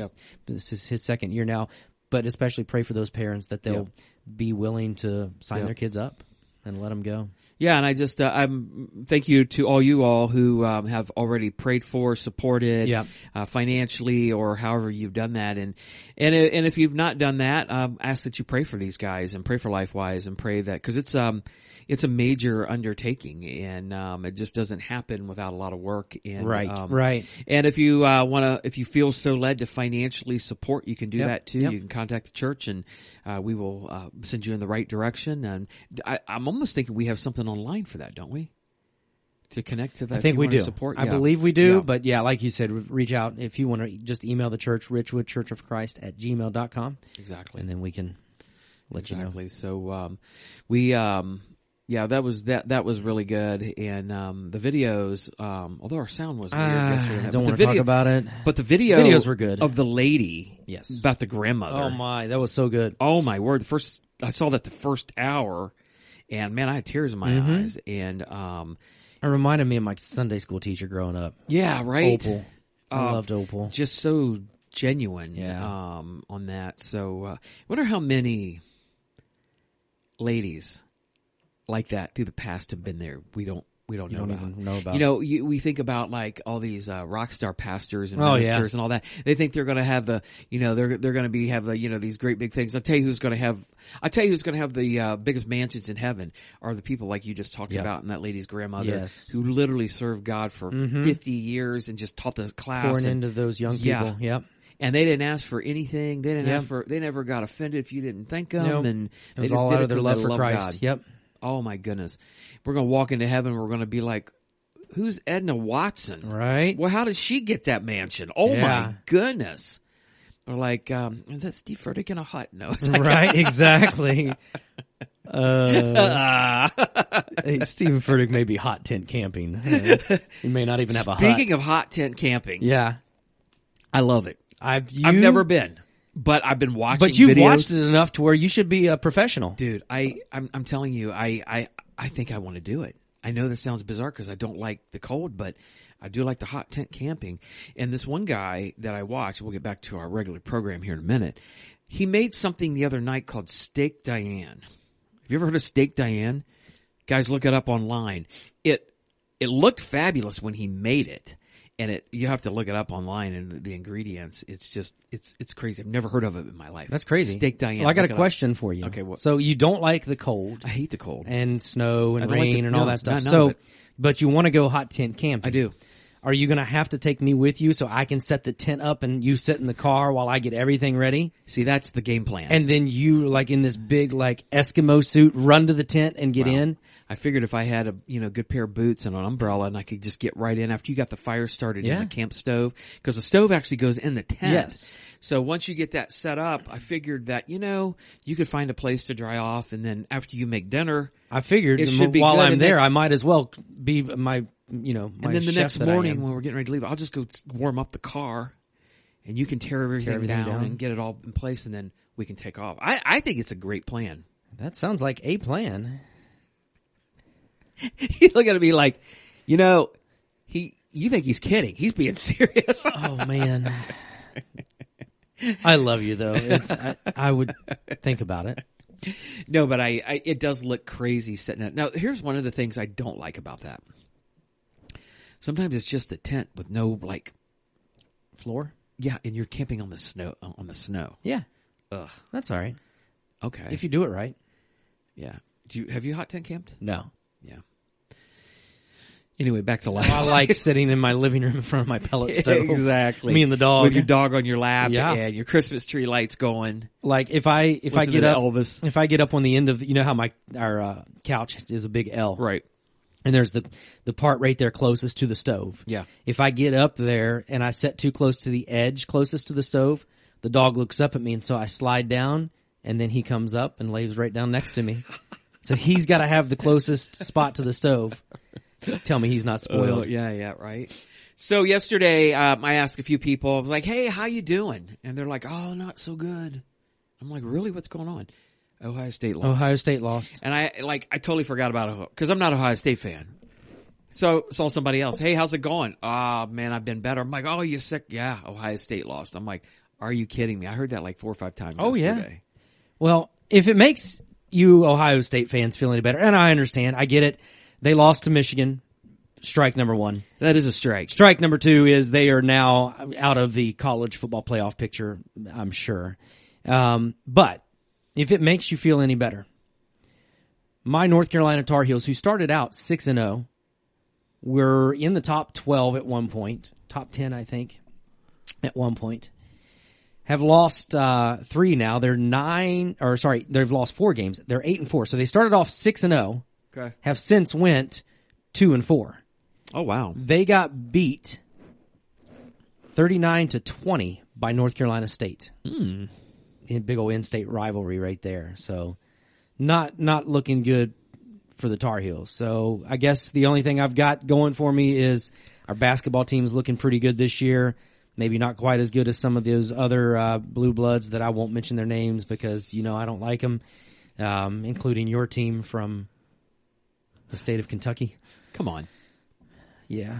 Speaker 1: this is his second year now, but especially pray for those parents that they'll be willing to sign
Speaker 2: Yep.
Speaker 1: their kids up and let them go.
Speaker 2: Yeah, and I just uh, I'm thank you to all you all who um, have already prayed for, supported,
Speaker 1: Yeah.
Speaker 2: uh, financially or however you've done that, and and i- and if you've not done that, um, ask that you pray for these guys and pray for LifeWise and pray that because it's um it's a major undertaking and um, it just doesn't happen without a lot of work and
Speaker 1: Right,
Speaker 2: um,
Speaker 1: right.
Speaker 2: and if you uh, want to, if you feel so led to financially support, you can do
Speaker 1: Yep,
Speaker 2: that too.
Speaker 1: yep.
Speaker 2: You can contact the church, and uh, we will uh, send you in the right direction. And I, I'm almost thinking we have something online for that, don't we? To connect to that,
Speaker 1: I think we do.
Speaker 2: Support,
Speaker 1: I
Speaker 2: Yeah.
Speaker 1: believe we do.
Speaker 2: Yeah.
Speaker 1: But yeah, like you said, re- reach out if you want to. Just email the church, Richwood Church of Christ at gmail.com,
Speaker 2: exactly.
Speaker 1: and then we can let you know.
Speaker 2: exactly. So um, we um, yeah, that was that that was really good, and um, the videos. Um, although our sound was weird yesterday,
Speaker 1: Ah, I don't
Speaker 2: but the
Speaker 1: want to
Speaker 2: video-
Speaker 1: talk about it.
Speaker 2: But the video
Speaker 1: videos were good.
Speaker 2: of the lady,
Speaker 1: Yes.
Speaker 2: about the grandmother.
Speaker 1: Oh my, that was so good.
Speaker 2: oh my word the first i saw that the first hour and man i had tears in my eyes and um
Speaker 1: It reminded me of my Sunday school teacher growing up.
Speaker 2: yeah right Uh,
Speaker 1: Opal. I loved Opal.
Speaker 2: just so genuine
Speaker 1: Yeah.
Speaker 2: um on that so uh I wonder how many ladies like that through the past have been there we don't we don't know
Speaker 1: don't
Speaker 2: about.
Speaker 1: even know about.
Speaker 2: you know you, we think about like all these uh, rock star pastors and
Speaker 1: Oh, yeah.
Speaker 2: ministers and all that they think they're going to have the you know they're they're going to be have the you know these great big things i'll tell you who's going to have i'll tell you who's going to have the uh, biggest mansions in heaven are the people like you just talked about and that lady's grandmother
Speaker 1: Yes. Mm-hmm.
Speaker 2: who literally served god for 50 years and just taught the class
Speaker 1: pouring
Speaker 2: and,
Speaker 1: into those young
Speaker 2: Yeah.
Speaker 1: people. Yep.
Speaker 2: and they didn't ask for anything. They didn't
Speaker 1: Yeah.
Speaker 2: ask for. They never got offended if you didn't thank them,
Speaker 1: Nope.
Speaker 2: and
Speaker 1: It
Speaker 2: they
Speaker 1: was
Speaker 2: just
Speaker 1: all
Speaker 2: did
Speaker 1: out
Speaker 2: it
Speaker 1: of their
Speaker 2: 'cause
Speaker 1: love
Speaker 2: they
Speaker 1: for
Speaker 2: love
Speaker 1: Christ.
Speaker 2: God. <laughs>
Speaker 1: Yep.
Speaker 2: Oh my goodness, we're gonna walk into heaven. We're gonna be like, "Who's Edna Watson?
Speaker 1: Right.
Speaker 2: Well, how did she get that mansion? Oh
Speaker 1: Yeah.
Speaker 2: my goodness!" Or like, um, "Is that Steve Furtick in a hut?" No,
Speaker 1: Mm,
Speaker 2: it's like,
Speaker 1: Right.
Speaker 2: <laughs>
Speaker 1: Exactly. Uh, <laughs> hey, Stephen Furtick may be hot tent camping. <laughs> He may not even have a
Speaker 2: Speaking
Speaker 1: hut.
Speaker 2: of hot tent camping,
Speaker 1: yeah,
Speaker 2: I love it.
Speaker 1: I've you,
Speaker 2: I've never been, but I've been watching.
Speaker 1: but you've
Speaker 2: videos.
Speaker 1: watched it enough to where you should be a professional.
Speaker 2: dude i i'm, I'm telling you i i i think i want to do it i know this sounds bizarre because i don't like the cold but i do like the hot tent camping and this one guy that i watch we'll get back to our regular program here in a minute he made something the other night called steak diane have you ever heard of steak diane guys look it up online it it looked fabulous when he made it and it you have to look it up online and the, the ingredients. It's just it's it's crazy. I've never heard of it in my life.
Speaker 1: That's crazy.
Speaker 2: Steak Diane.
Speaker 1: Well, I got
Speaker 2: Look
Speaker 1: a
Speaker 2: it up.
Speaker 1: question for you.
Speaker 2: Okay, what-
Speaker 1: So you don't like the cold
Speaker 2: I hate the cold.
Speaker 1: and snow and
Speaker 2: I don't like
Speaker 1: rain
Speaker 2: the-
Speaker 1: and all
Speaker 2: no,
Speaker 1: that stuff.
Speaker 2: no, none
Speaker 1: So,
Speaker 2: of it.
Speaker 1: but you want to go hot tent camping.
Speaker 2: I do.
Speaker 1: Are you going to have to take me with you so I can set the tent up and you sit in the car while I get everything ready?
Speaker 2: See, that's the game plan.
Speaker 1: And then you like in this big like Eskimo suit run to the tent and get in?
Speaker 2: I figured if I had a you know good pair of boots and an umbrella, and I could just get right in after you got the fire started
Speaker 1: Yeah.
Speaker 2: in the camp stove because the stove actually goes in the tent.
Speaker 1: Yes.
Speaker 2: So once you get that set up, I figured that you know you could find a place to dry off, and then after you make dinner,
Speaker 1: I figured
Speaker 2: It
Speaker 1: the
Speaker 2: should
Speaker 1: mo-
Speaker 2: be
Speaker 1: while
Speaker 2: good,
Speaker 1: I'm
Speaker 2: and then-
Speaker 1: there, I might as well be my, you know, my
Speaker 2: and then the
Speaker 1: chef
Speaker 2: next
Speaker 1: that I
Speaker 2: morning
Speaker 1: am.
Speaker 2: when we're getting ready to leave, I'll just go s- warm up the car, and you can tear everything,
Speaker 1: everything
Speaker 2: down,
Speaker 1: down.
Speaker 2: and get it all in place, and then we can take off. I I think it's a great plan.
Speaker 1: That sounds like a plan.
Speaker 2: <laughs> You look at me like, you know, he. You think he's kidding? He's being <laughs> serious.
Speaker 1: Oh man, <laughs> I love you though. It's, I, I would think about it.
Speaker 2: No, but I, I it does look crazy sitting out. Now, here's one of the things I don't like about that. Sometimes it's just the tent with no like,
Speaker 1: Floor?
Speaker 2: yeah, and you're camping on the snow on the snow.
Speaker 1: Yeah,
Speaker 2: Ugh.
Speaker 1: that's all right
Speaker 2: Okay.
Speaker 1: if you do it right.
Speaker 2: yeah. Do you have you hot tent camped?
Speaker 1: No,
Speaker 2: Yeah. Anyway, back to life.
Speaker 1: <laughs>
Speaker 2: <laughs>
Speaker 1: I like sitting in my living room in front of my pellet stove.
Speaker 2: exactly.
Speaker 1: Me and the dog.
Speaker 2: with your dog on your lap,
Speaker 1: Yeah.
Speaker 2: and your Christmas tree lights going.
Speaker 1: Like if I if I
Speaker 2: Listen to
Speaker 1: get
Speaker 2: the
Speaker 1: up,
Speaker 2: Elvis.
Speaker 1: if I get up on the end of the, you know how my our uh, couch is a big L,
Speaker 2: Right.
Speaker 1: and there's the the part right there closest to the stove.
Speaker 2: Yeah.
Speaker 1: If I get up there and I set too close to the edge closest to the stove, the dog looks up at me and so I slide down and then he comes up and lays right down next to
Speaker 2: <laughs>
Speaker 1: me. so he's got to have the closest spot to the stove. Tell me he's not spoiled.
Speaker 2: Well, Oh, yeah, yeah, right. So yesterday, um, I asked a few people. I was like, "Hey, how you doing?" And they're like, "Oh, not so good." I'm like, "Really? What's going on?" Ohio State lost,
Speaker 1: Ohio State lost.
Speaker 2: and I like I totally forgot about Ohio because I'm not an Ohio State fan. So saw somebody else. Hey, how's it going? Ah, man, I've been better. I'm like, "Oh, you sick?" Yeah, Ohio State lost. I'm like, "Are you kidding me?" I heard that like four or five times.
Speaker 1: Oh, yeah.
Speaker 2: yesterday.
Speaker 1: Well, if it makes you Ohio State fans feel any better, and I understand, I get it. They lost to Michigan. Strike number one.
Speaker 2: that is a strike.
Speaker 1: Strike number two is they are now out of the college football playoff picture, I'm sure. Um, but if it makes you feel any better, my North Carolina Tar Heels, who started out 6 and 0, were in the top 12 at one point, top 10, I think, at one point, have lost, uh, three now. They're nine, or sorry, they've lost four games. They're eight and four. So they started off 6 and 0,
Speaker 2: Okay.
Speaker 1: have since went two and four
Speaker 2: Oh wow.
Speaker 1: they got beat 39 to 20 by North Carolina State. Mm. In big old in-state rivalry right there. So not not looking good for the Tar Heels. So I guess the only thing I've got going for me is our basketball team's looking pretty good this year. Maybe not quite as good as some of those other uh, blue bloods that I won't mention their names because you know I don't like them, um, including your team from the state of Kentucky.
Speaker 2: Come on.
Speaker 1: Yeah,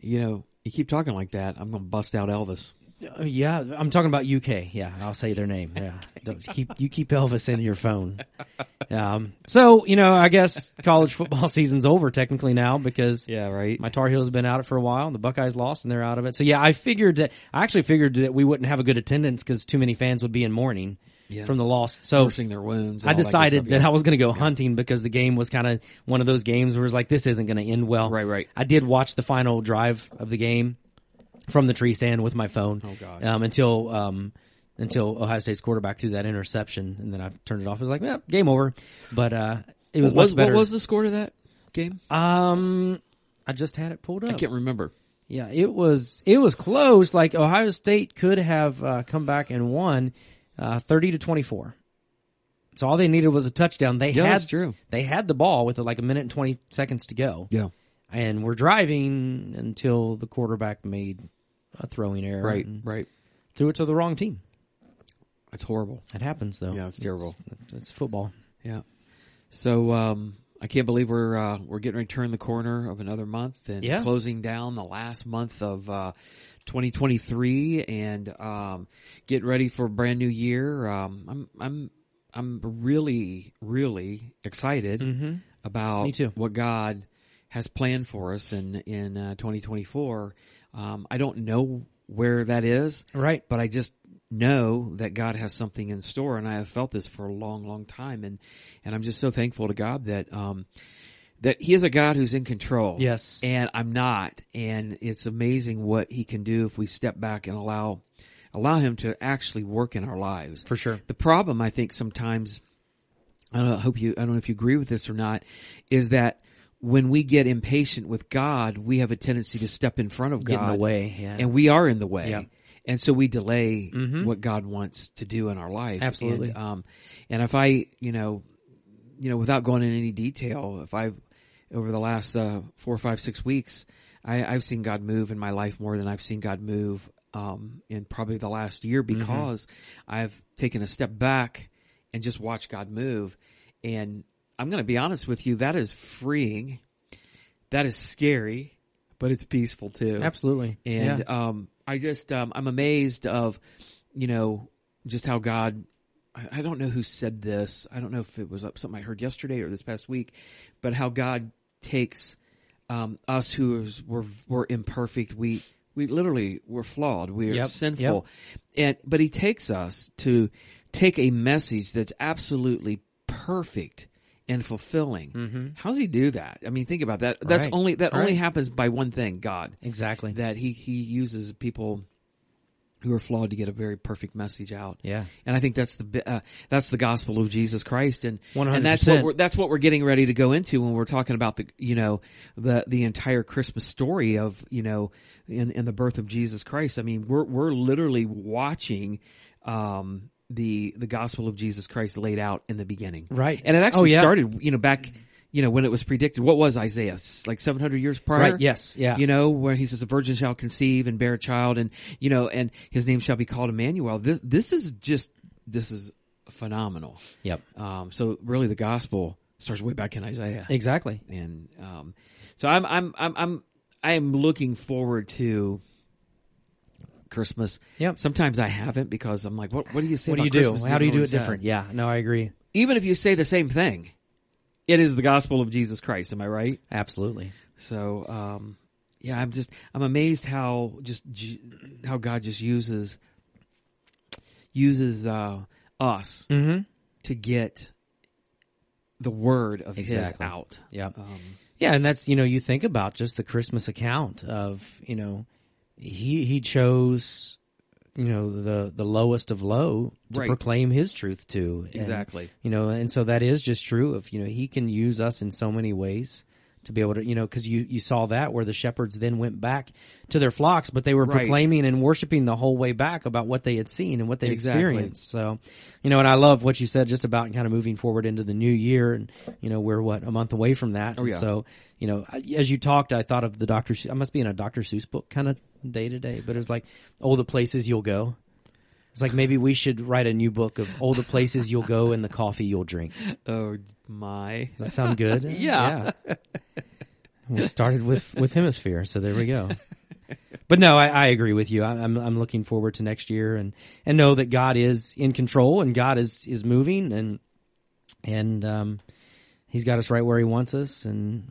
Speaker 2: You know, you keep talking like that. I'm gonna bust out Elvis.
Speaker 1: Uh, Yeah, I'm talking about UK. Yeah, I'll say their name.
Speaker 2: <laughs>
Speaker 1: Yeah, Don't- keep you keep Elvis in your phone. Um, so you know, I guess college football <laughs> season's over technically now because
Speaker 2: Yeah. Right.
Speaker 1: my Tar Heels have been out it for a while. The Buckeyes lost and they're out of it. So yeah, I figured that I actually figured that we wouldn't have a good attendance because too many fans would be in mourning
Speaker 2: Yeah.
Speaker 1: from the loss. So
Speaker 2: nursing their wounds. and
Speaker 1: I
Speaker 2: all that good
Speaker 1: decided
Speaker 2: stuff,
Speaker 1: that,
Speaker 2: yeah.
Speaker 1: I was going to go hunting because the game was kind of one of those games where it was like, this isn't going to end well.
Speaker 2: Right, right.
Speaker 1: I did watch the final drive of the game from the tree stand with my phone. Oh
Speaker 2: gosh.
Speaker 1: Um, until um, until Ohio State's quarterback threw that interception, and then I turned it off. I was like, yeah, game over. But uh, it was
Speaker 2: What was
Speaker 1: much better.
Speaker 2: what was the score to that game?
Speaker 1: um, I just had it pulled up.
Speaker 2: I can't remember.
Speaker 1: Yeah, it was it was close. Like Ohio State could have uh, come back and won uh, thirty to twenty four. So all they needed was a touchdown. They
Speaker 2: Yeah,
Speaker 1: had
Speaker 2: that's true.
Speaker 1: They had the ball with like a minute and twenty seconds to go,
Speaker 2: Yeah,
Speaker 1: and we're driving until the quarterback made a throwing error,
Speaker 2: right,
Speaker 1: and
Speaker 2: right.
Speaker 1: Threw it to the wrong team.
Speaker 2: That's horrible.
Speaker 1: It happens though.
Speaker 2: Yeah, it's terrible.
Speaker 1: It's, it's football.
Speaker 2: Yeah. So um, I can't believe we're uh, we're getting ready to turn the corner of another month and
Speaker 1: Yeah.
Speaker 2: closing down the last month of uh, 2023 and um, getting ready for a brand new year. Um, I'm I'm I'm really really excited about
Speaker 1: Mm-hmm. Me too.
Speaker 2: what God has planned for us in in uh, 2024. Um, I don't know where that is,
Speaker 1: Right.
Speaker 2: but I just know that God has something in store, and I have felt this for a long, long time, and and I'm just so thankful to God that um, that He is a God who's in control.
Speaker 1: Yes.
Speaker 2: and I'm not, and it's amazing what He can do if we step back and allow allow Him to actually work in our lives
Speaker 1: For sure.
Speaker 2: the problem I think sometimes I don't know, I hope you I don't know if you agree with this or not is that when we get impatient with God, we have a tendency to step in front of
Speaker 1: Get in
Speaker 2: God
Speaker 1: the way. Yeah.
Speaker 2: and we are in the way.
Speaker 1: Yeah.
Speaker 2: And so we delay
Speaker 1: Mhm.
Speaker 2: what God wants to do in our life.
Speaker 1: Absolutely.
Speaker 2: And, um, and if I, you know, you know, without going into any detail, if I've over the last uh, four, five, six weeks, I, I've seen God move in my life more than I've seen God move um, in probably the last year
Speaker 1: Mm-hmm.
Speaker 2: because I've taken a step back and just watched God move. And I'm going to be honest with you, that is freeing. That is scary, but it's peaceful too
Speaker 1: Absolutely.
Speaker 2: and
Speaker 1: yeah.
Speaker 2: um, I just um, I'm amazed of you know just how God. I I don't know who said this. I don't know if it was up something I heard yesterday or this past week, but how God takes um, us who is, we're we're imperfect. We we literally we're flawed. We're
Speaker 1: Yep,
Speaker 2: sinful, and but He takes us to take a message that's absolutely perfect and fulfilling. Mm-hmm. How does He do that? I mean, think about that. That's
Speaker 1: Right,
Speaker 2: only that only
Speaker 1: right.
Speaker 2: happens by one thing: God
Speaker 1: exactly.
Speaker 2: that he he uses people who are flawed to get a very perfect message out.
Speaker 1: yeah.
Speaker 2: And I think that's the bi- uh, that's the gospel of Jesus Christ, and and that's
Speaker 1: 100%.
Speaker 2: what we're, that's what we're getting ready to go into when we're talking about the you know the the entire Christmas story of you know in in the birth of Jesus Christ. I mean, we're we're literally watching um, the the gospel of Jesus Christ laid out in the beginning,
Speaker 1: Right.
Speaker 2: And it actually
Speaker 1: Oh, yeah.
Speaker 2: started you know back you know when it was predicted. What was Isaiah S- like seven hundred years prior?
Speaker 1: Right. Yes. Yeah.
Speaker 2: you know, where he says, "A virgin shall conceive and bear a child, and you know, and his name shall be called Emmanuel." This this is just this is phenomenal.
Speaker 1: yep.
Speaker 2: Um, so really, the gospel starts way back in Isaiah,
Speaker 1: Exactly.
Speaker 2: and um, so I'm I'm I'm I'm I'm looking forward to Christmas.
Speaker 1: Yep.
Speaker 2: Sometimes I haven't because I'm like, what What do you say?
Speaker 1: What do you
Speaker 2: about
Speaker 1: do?
Speaker 2: Christmas?
Speaker 1: How do you do it
Speaker 2: Everyone's, uh,
Speaker 1: different? Yeah. No, I agree.
Speaker 2: Even if you say the same thing, it is the gospel of Jesus Christ. Am I right?
Speaker 1: Absolutely.
Speaker 2: So, um, yeah, I'm just I'm amazed how just j- how God just uses uses uh, us
Speaker 1: Mm-hmm.
Speaker 2: to get the word of His
Speaker 1: Exactly.
Speaker 2: out.
Speaker 1: Yeah.
Speaker 2: Um,
Speaker 1: Yeah, and that's you know you think about just the Christmas account of you know he he chose you know the the lowest of low to
Speaker 2: Right.
Speaker 1: proclaim his truth to And,
Speaker 2: Exactly.
Speaker 1: you know and so that is just true of you know he can use us in so many ways to be able to you know because you you saw that where the shepherds then went back to their flocks but they were
Speaker 2: Right.
Speaker 1: proclaiming and worshiping the whole way back about what they had seen and what they had
Speaker 2: Exactly.
Speaker 1: experienced so you know and I love what you said just about kind of moving forward into the new year and you know we're what a month away from that
Speaker 2: Oh, yeah.
Speaker 1: so, you know, I- as you talked, I thought of the Dr. Seuss, I must be in a Dr. Seuss book kind of day to day, but it was like all the places you'll go. It's like maybe we should write a new book of all the places you'll go and the coffee you'll drink. Does
Speaker 2: oh my!
Speaker 1: that sound good?
Speaker 2: <laughs> Yeah.
Speaker 1: Yeah. We started with with hemisphere, so there we go. But no, I, I agree with you. I, I'm I'm looking forward to next year and and know that God is in control and God is is moving and and um, he's got us right where he wants us and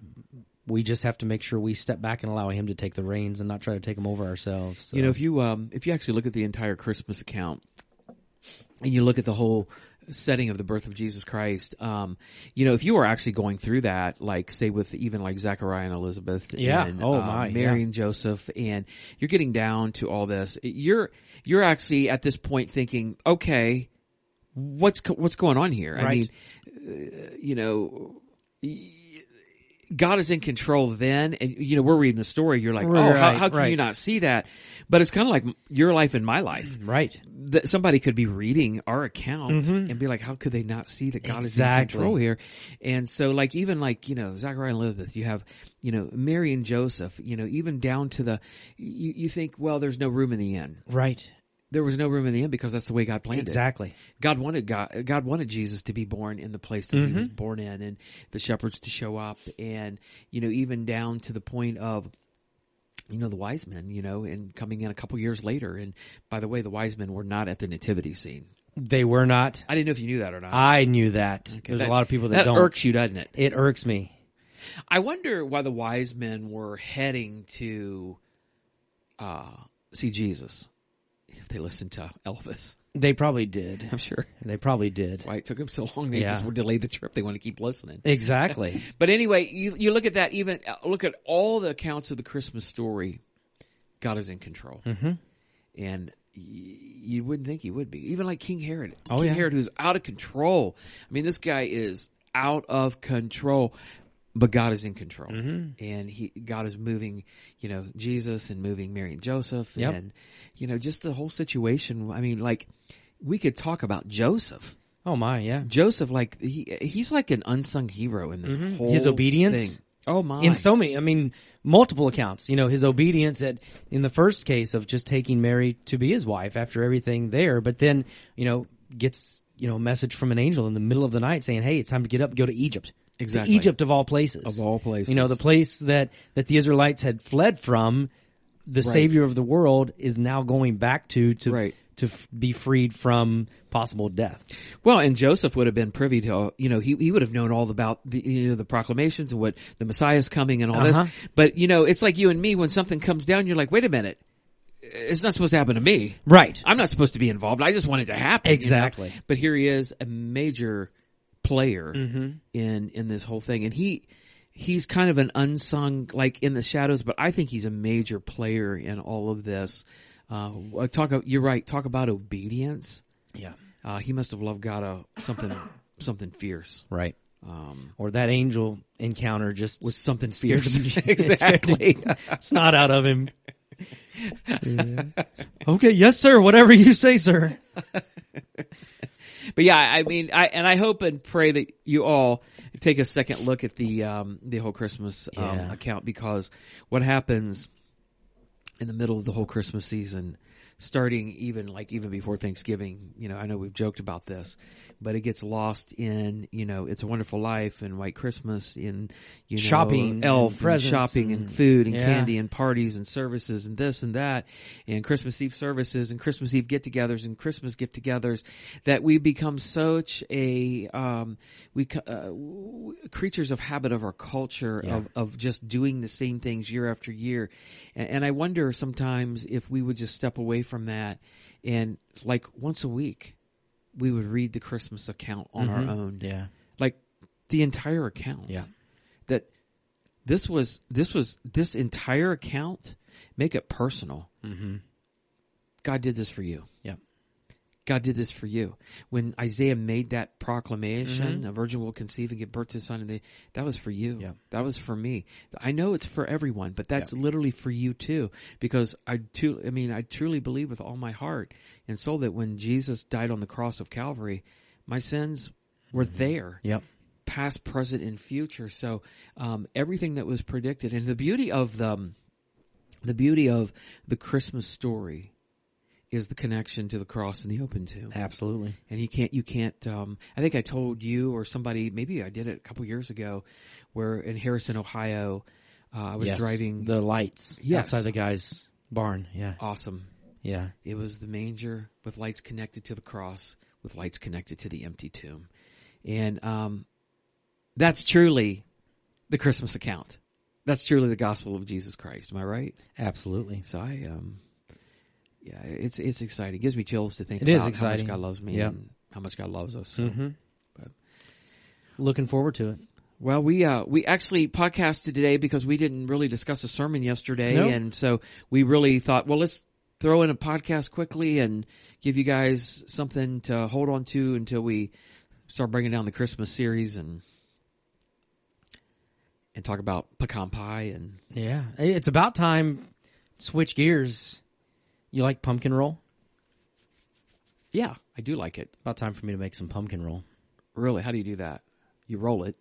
Speaker 1: we just have to make sure we step back and allow him to take the reins and not try to take them over ourselves. So.
Speaker 2: You know, if you um, if you actually look at the entire Christmas account and you look at the whole setting of the birth of Jesus Christ, um, you know, if you were actually going through that, like say with even like Zachariah and Elizabeth,
Speaker 1: Yeah.
Speaker 2: and,
Speaker 1: Oh,
Speaker 2: uh,
Speaker 1: my,
Speaker 2: Mary
Speaker 1: yeah.
Speaker 2: and Joseph, and you're getting down to all this, you're you're actually at this point thinking, okay, what's co- what's going on here? I
Speaker 1: Right.
Speaker 2: mean, uh, you know. God is in control then, and you know we're reading the story. You're like, oh, how,
Speaker 1: Right,
Speaker 2: how can you
Speaker 1: right.
Speaker 2: not see that? But it's kind of like your life and my life.
Speaker 1: right?
Speaker 2: That somebody could be reading our account and be like, how could they not see that God is in
Speaker 1: Mm-hmm. Exactly.
Speaker 2: control here? And so, like, even like you know Zachariah and Elizabeth, you have you know Mary and Joseph, you know, even down to the you, you think, well, there's no room in the end.
Speaker 1: Right.
Speaker 2: There was no room in the end because that's the way God planned it.
Speaker 1: Exactly.
Speaker 2: God wanted God, God wanted Jesus to be born in the place that he was
Speaker 1: Mm-hmm.
Speaker 2: born in and the shepherds to show up and you know even down to the point of you know the wise men you know and coming in a couple years later and by the way the wise men were not at the nativity scene
Speaker 1: They were not.
Speaker 2: I didn't know if you knew that or not
Speaker 1: I knew that. There's a
Speaker 2: That-
Speaker 1: lot of people that, don't.
Speaker 2: irks you doesn't it
Speaker 1: it irks me.
Speaker 2: I wonder why the wise men were heading to uh, see Jesus if they listened to Elvis. <laughs>
Speaker 1: They probably did.
Speaker 2: I'm sure.
Speaker 1: They probably did.
Speaker 2: Why it took them so long? They
Speaker 1: Yeah.
Speaker 2: just delayed the trip. They want to keep listening. <laughs>
Speaker 1: Exactly.
Speaker 2: But anyway, you you look at that. Even uh, look at all the accounts of the Christmas story. God is in control, mm-hmm. and y- you wouldn't think he would be. Even like King Herod,
Speaker 1: Oh,
Speaker 2: King
Speaker 1: yeah.
Speaker 2: Herod, who's out of control. I mean, this guy is out of control. But God is in control,
Speaker 1: Mm-hmm.
Speaker 2: and He God is moving, you know, Jesus and moving Mary and Joseph,
Speaker 1: Yep.
Speaker 2: and you know, just the whole situation. I mean, like we could talk about Joseph.
Speaker 1: oh my, yeah.
Speaker 2: Joseph, like he he's like an unsung hero in this
Speaker 1: Mm-hmm.
Speaker 2: whole
Speaker 1: His obedience?
Speaker 2: thing. Oh my!
Speaker 1: In so many, I mean, multiple accounts. You know, his obedience at in the first case of just taking Mary to be his wife after everything there, but then you know gets you know a message from an angel in the middle of the night saying, "Hey, it's time to get up, and go to Egypt." To
Speaker 2: Exactly.
Speaker 1: Egypt of all places.
Speaker 2: Of all places.
Speaker 1: You know, the place that that the Israelites had fled from, the Savior of the world is now going back to to
Speaker 2: Right.
Speaker 1: to f- be freed from possible death.
Speaker 2: well, and Joseph would have been privy to you know he he would have known all about the you know the proclamations and what the Messiah is coming and all
Speaker 1: Uh-huh.
Speaker 2: this. But you know, it's like you and me when something comes down, you're like, wait a minute, it's not supposed to happen to me.
Speaker 1: Right.
Speaker 2: I'm not supposed to be involved. I just want it to happen. you know?
Speaker 1: Exactly.
Speaker 2: But here he is, a major player
Speaker 1: Mm-hmm.
Speaker 2: in in this whole thing, and he he's kind of an unsung, like in the shadows. But I think he's a major player in all of this. Uh, talk. You're right. Talk about obedience.
Speaker 1: Yeah.
Speaker 2: Uh, he must have loved God uh, something something fierce.
Speaker 1: Right.
Speaker 2: Um,
Speaker 1: Or that angel encounter just
Speaker 2: with something
Speaker 1: scared the-
Speaker 2: fierce. <laughs>
Speaker 1: scared the- <laughs>
Speaker 2: exactly.
Speaker 1: snot out of him. Okay, yes, sir. Whatever you say, sir.
Speaker 2: But yeah, I mean, I and I hope and pray that you all take a second look at the um, the whole Christmas um,
Speaker 1: Yeah.
Speaker 2: account because what happens in the middle of the whole Christmas season, starting even like even before Thanksgiving, you know, I know we've joked about this, but it gets lost in you know It's a Wonderful Life and White Christmas in you know
Speaker 1: Shopping and
Speaker 2: Elf
Speaker 1: presents
Speaker 2: shopping and,
Speaker 1: and-
Speaker 2: food and
Speaker 1: yeah.
Speaker 2: candy and parties and services and this and that and Christmas Eve services and Christmas Eve get-togethers and Christmas gift-togethers that we become such a um, we co- uh, w- creatures of habit of our culture of of just doing the same things year after year, and, and I wonder sometimes if we would just step away from that and like once a week we would read the Christmas account on our own,
Speaker 1: Mm-hmm. Yeah.
Speaker 2: like the entire account,
Speaker 1: Yeah.
Speaker 2: that this was this was this entire account make it personal mm-hmm. god did this for you
Speaker 1: Yeah.
Speaker 2: god did this for you when isaiah made that proclamation a virgin will conceive and give birth to a son and they, that was for you
Speaker 1: Yeah.
Speaker 2: that was for me i know it's for everyone but that's literally for you too because i too i mean i truly believe with all my heart and soul that when jesus died on the cross of calvary my sins were there
Speaker 1: Yep.
Speaker 2: past, present, and future. So um, everything that was predicted, and the beauty of the the beauty of the Christmas story is the connection to the cross and the open tomb.
Speaker 1: Absolutely.
Speaker 2: And you can't, you can't. Um, I think I told you or somebody, maybe I did it a couple years ago, where in Harrison, Ohio, uh, I was
Speaker 1: Yes.
Speaker 2: driving.
Speaker 1: the lights
Speaker 2: Yes.
Speaker 1: outside the guy's barn. Yeah.
Speaker 2: awesome.
Speaker 1: Yeah.
Speaker 2: It was the manger with lights connected to the cross, with lights connected to the empty tomb. And um, that's truly the Christmas account. That's truly the gospel of Jesus Christ. Am I right?
Speaker 1: Absolutely.
Speaker 2: So I, um, yeah, it's it's exciting. It gives me chills to think
Speaker 1: It
Speaker 2: about
Speaker 1: is
Speaker 2: how
Speaker 1: exciting. Mm-hmm.
Speaker 2: much God loves me
Speaker 1: Yeah.
Speaker 2: and how much God loves us. So.
Speaker 1: Looking forward to it.
Speaker 2: Well, we uh, we actually podcasted today because we didn't really discuss a sermon yesterday,
Speaker 1: No.
Speaker 2: and so we really thought, well, let's throw in a podcast quickly and give you guys something to hold on to until we start bringing down the Christmas series and and talk about pecan pie and
Speaker 1: Yeah. It's about time. Switch gears. You like pumpkin roll?
Speaker 2: yeah, I do like it.
Speaker 1: About time for me to make some pumpkin roll.
Speaker 2: Really, how do you do that? You roll it.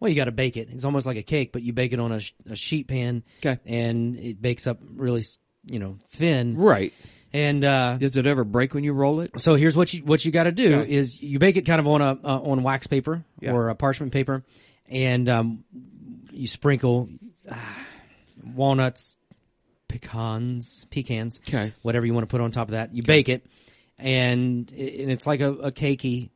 Speaker 1: Well, you got to bake it. It's almost like a cake, but you bake it on a, sh- a sheet pan.
Speaker 2: Okay.
Speaker 1: And it bakes up really, s- you know, thin.
Speaker 2: Right.
Speaker 1: And uh,
Speaker 2: Does it ever break when you roll it?
Speaker 1: so here's what you what you got to do
Speaker 2: Okay.
Speaker 1: is you bake it kind of on a uh, on wax paper
Speaker 2: Yeah.
Speaker 1: or a parchment paper, and um, you sprinkle ah, walnuts, pecans, pecans,
Speaker 2: Okay.
Speaker 1: whatever you want to put on top of that. You bake it, and it, and it's like a, a cakey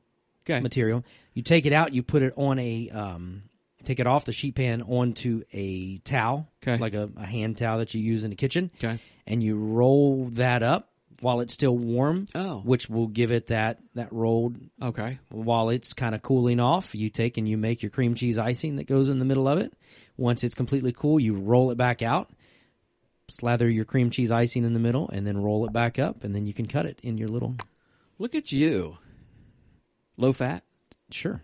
Speaker 2: Okay.
Speaker 1: material. You take it out, you put it on a um, take it off the sheet pan onto a towel,
Speaker 2: Okay.
Speaker 1: like a, a hand towel that you use in the kitchen,
Speaker 2: Okay.
Speaker 1: and you roll that up while it's still warm,
Speaker 2: Oh.
Speaker 1: which will give it that that rolled.
Speaker 2: Okay.
Speaker 1: While it's kind of cooling off, you take and you make your cream cheese icing that goes in the middle of it. Once it's completely cool, you roll it back out, slather your cream cheese icing in the middle, and then roll it back up, and then you can cut it in your little.
Speaker 2: Look at you. Low fat?
Speaker 1: Sure.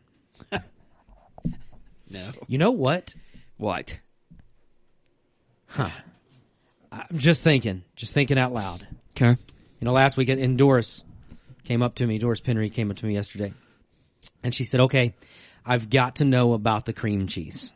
Speaker 2: No.
Speaker 1: You know what?
Speaker 2: What?
Speaker 1: I'm just thinking, just thinking out loud.
Speaker 2: Okay.
Speaker 1: You know, last week, and Doris came up to me, Doris Penry came up to me yesterday, and she said, okay, I've got to know about the cream cheese.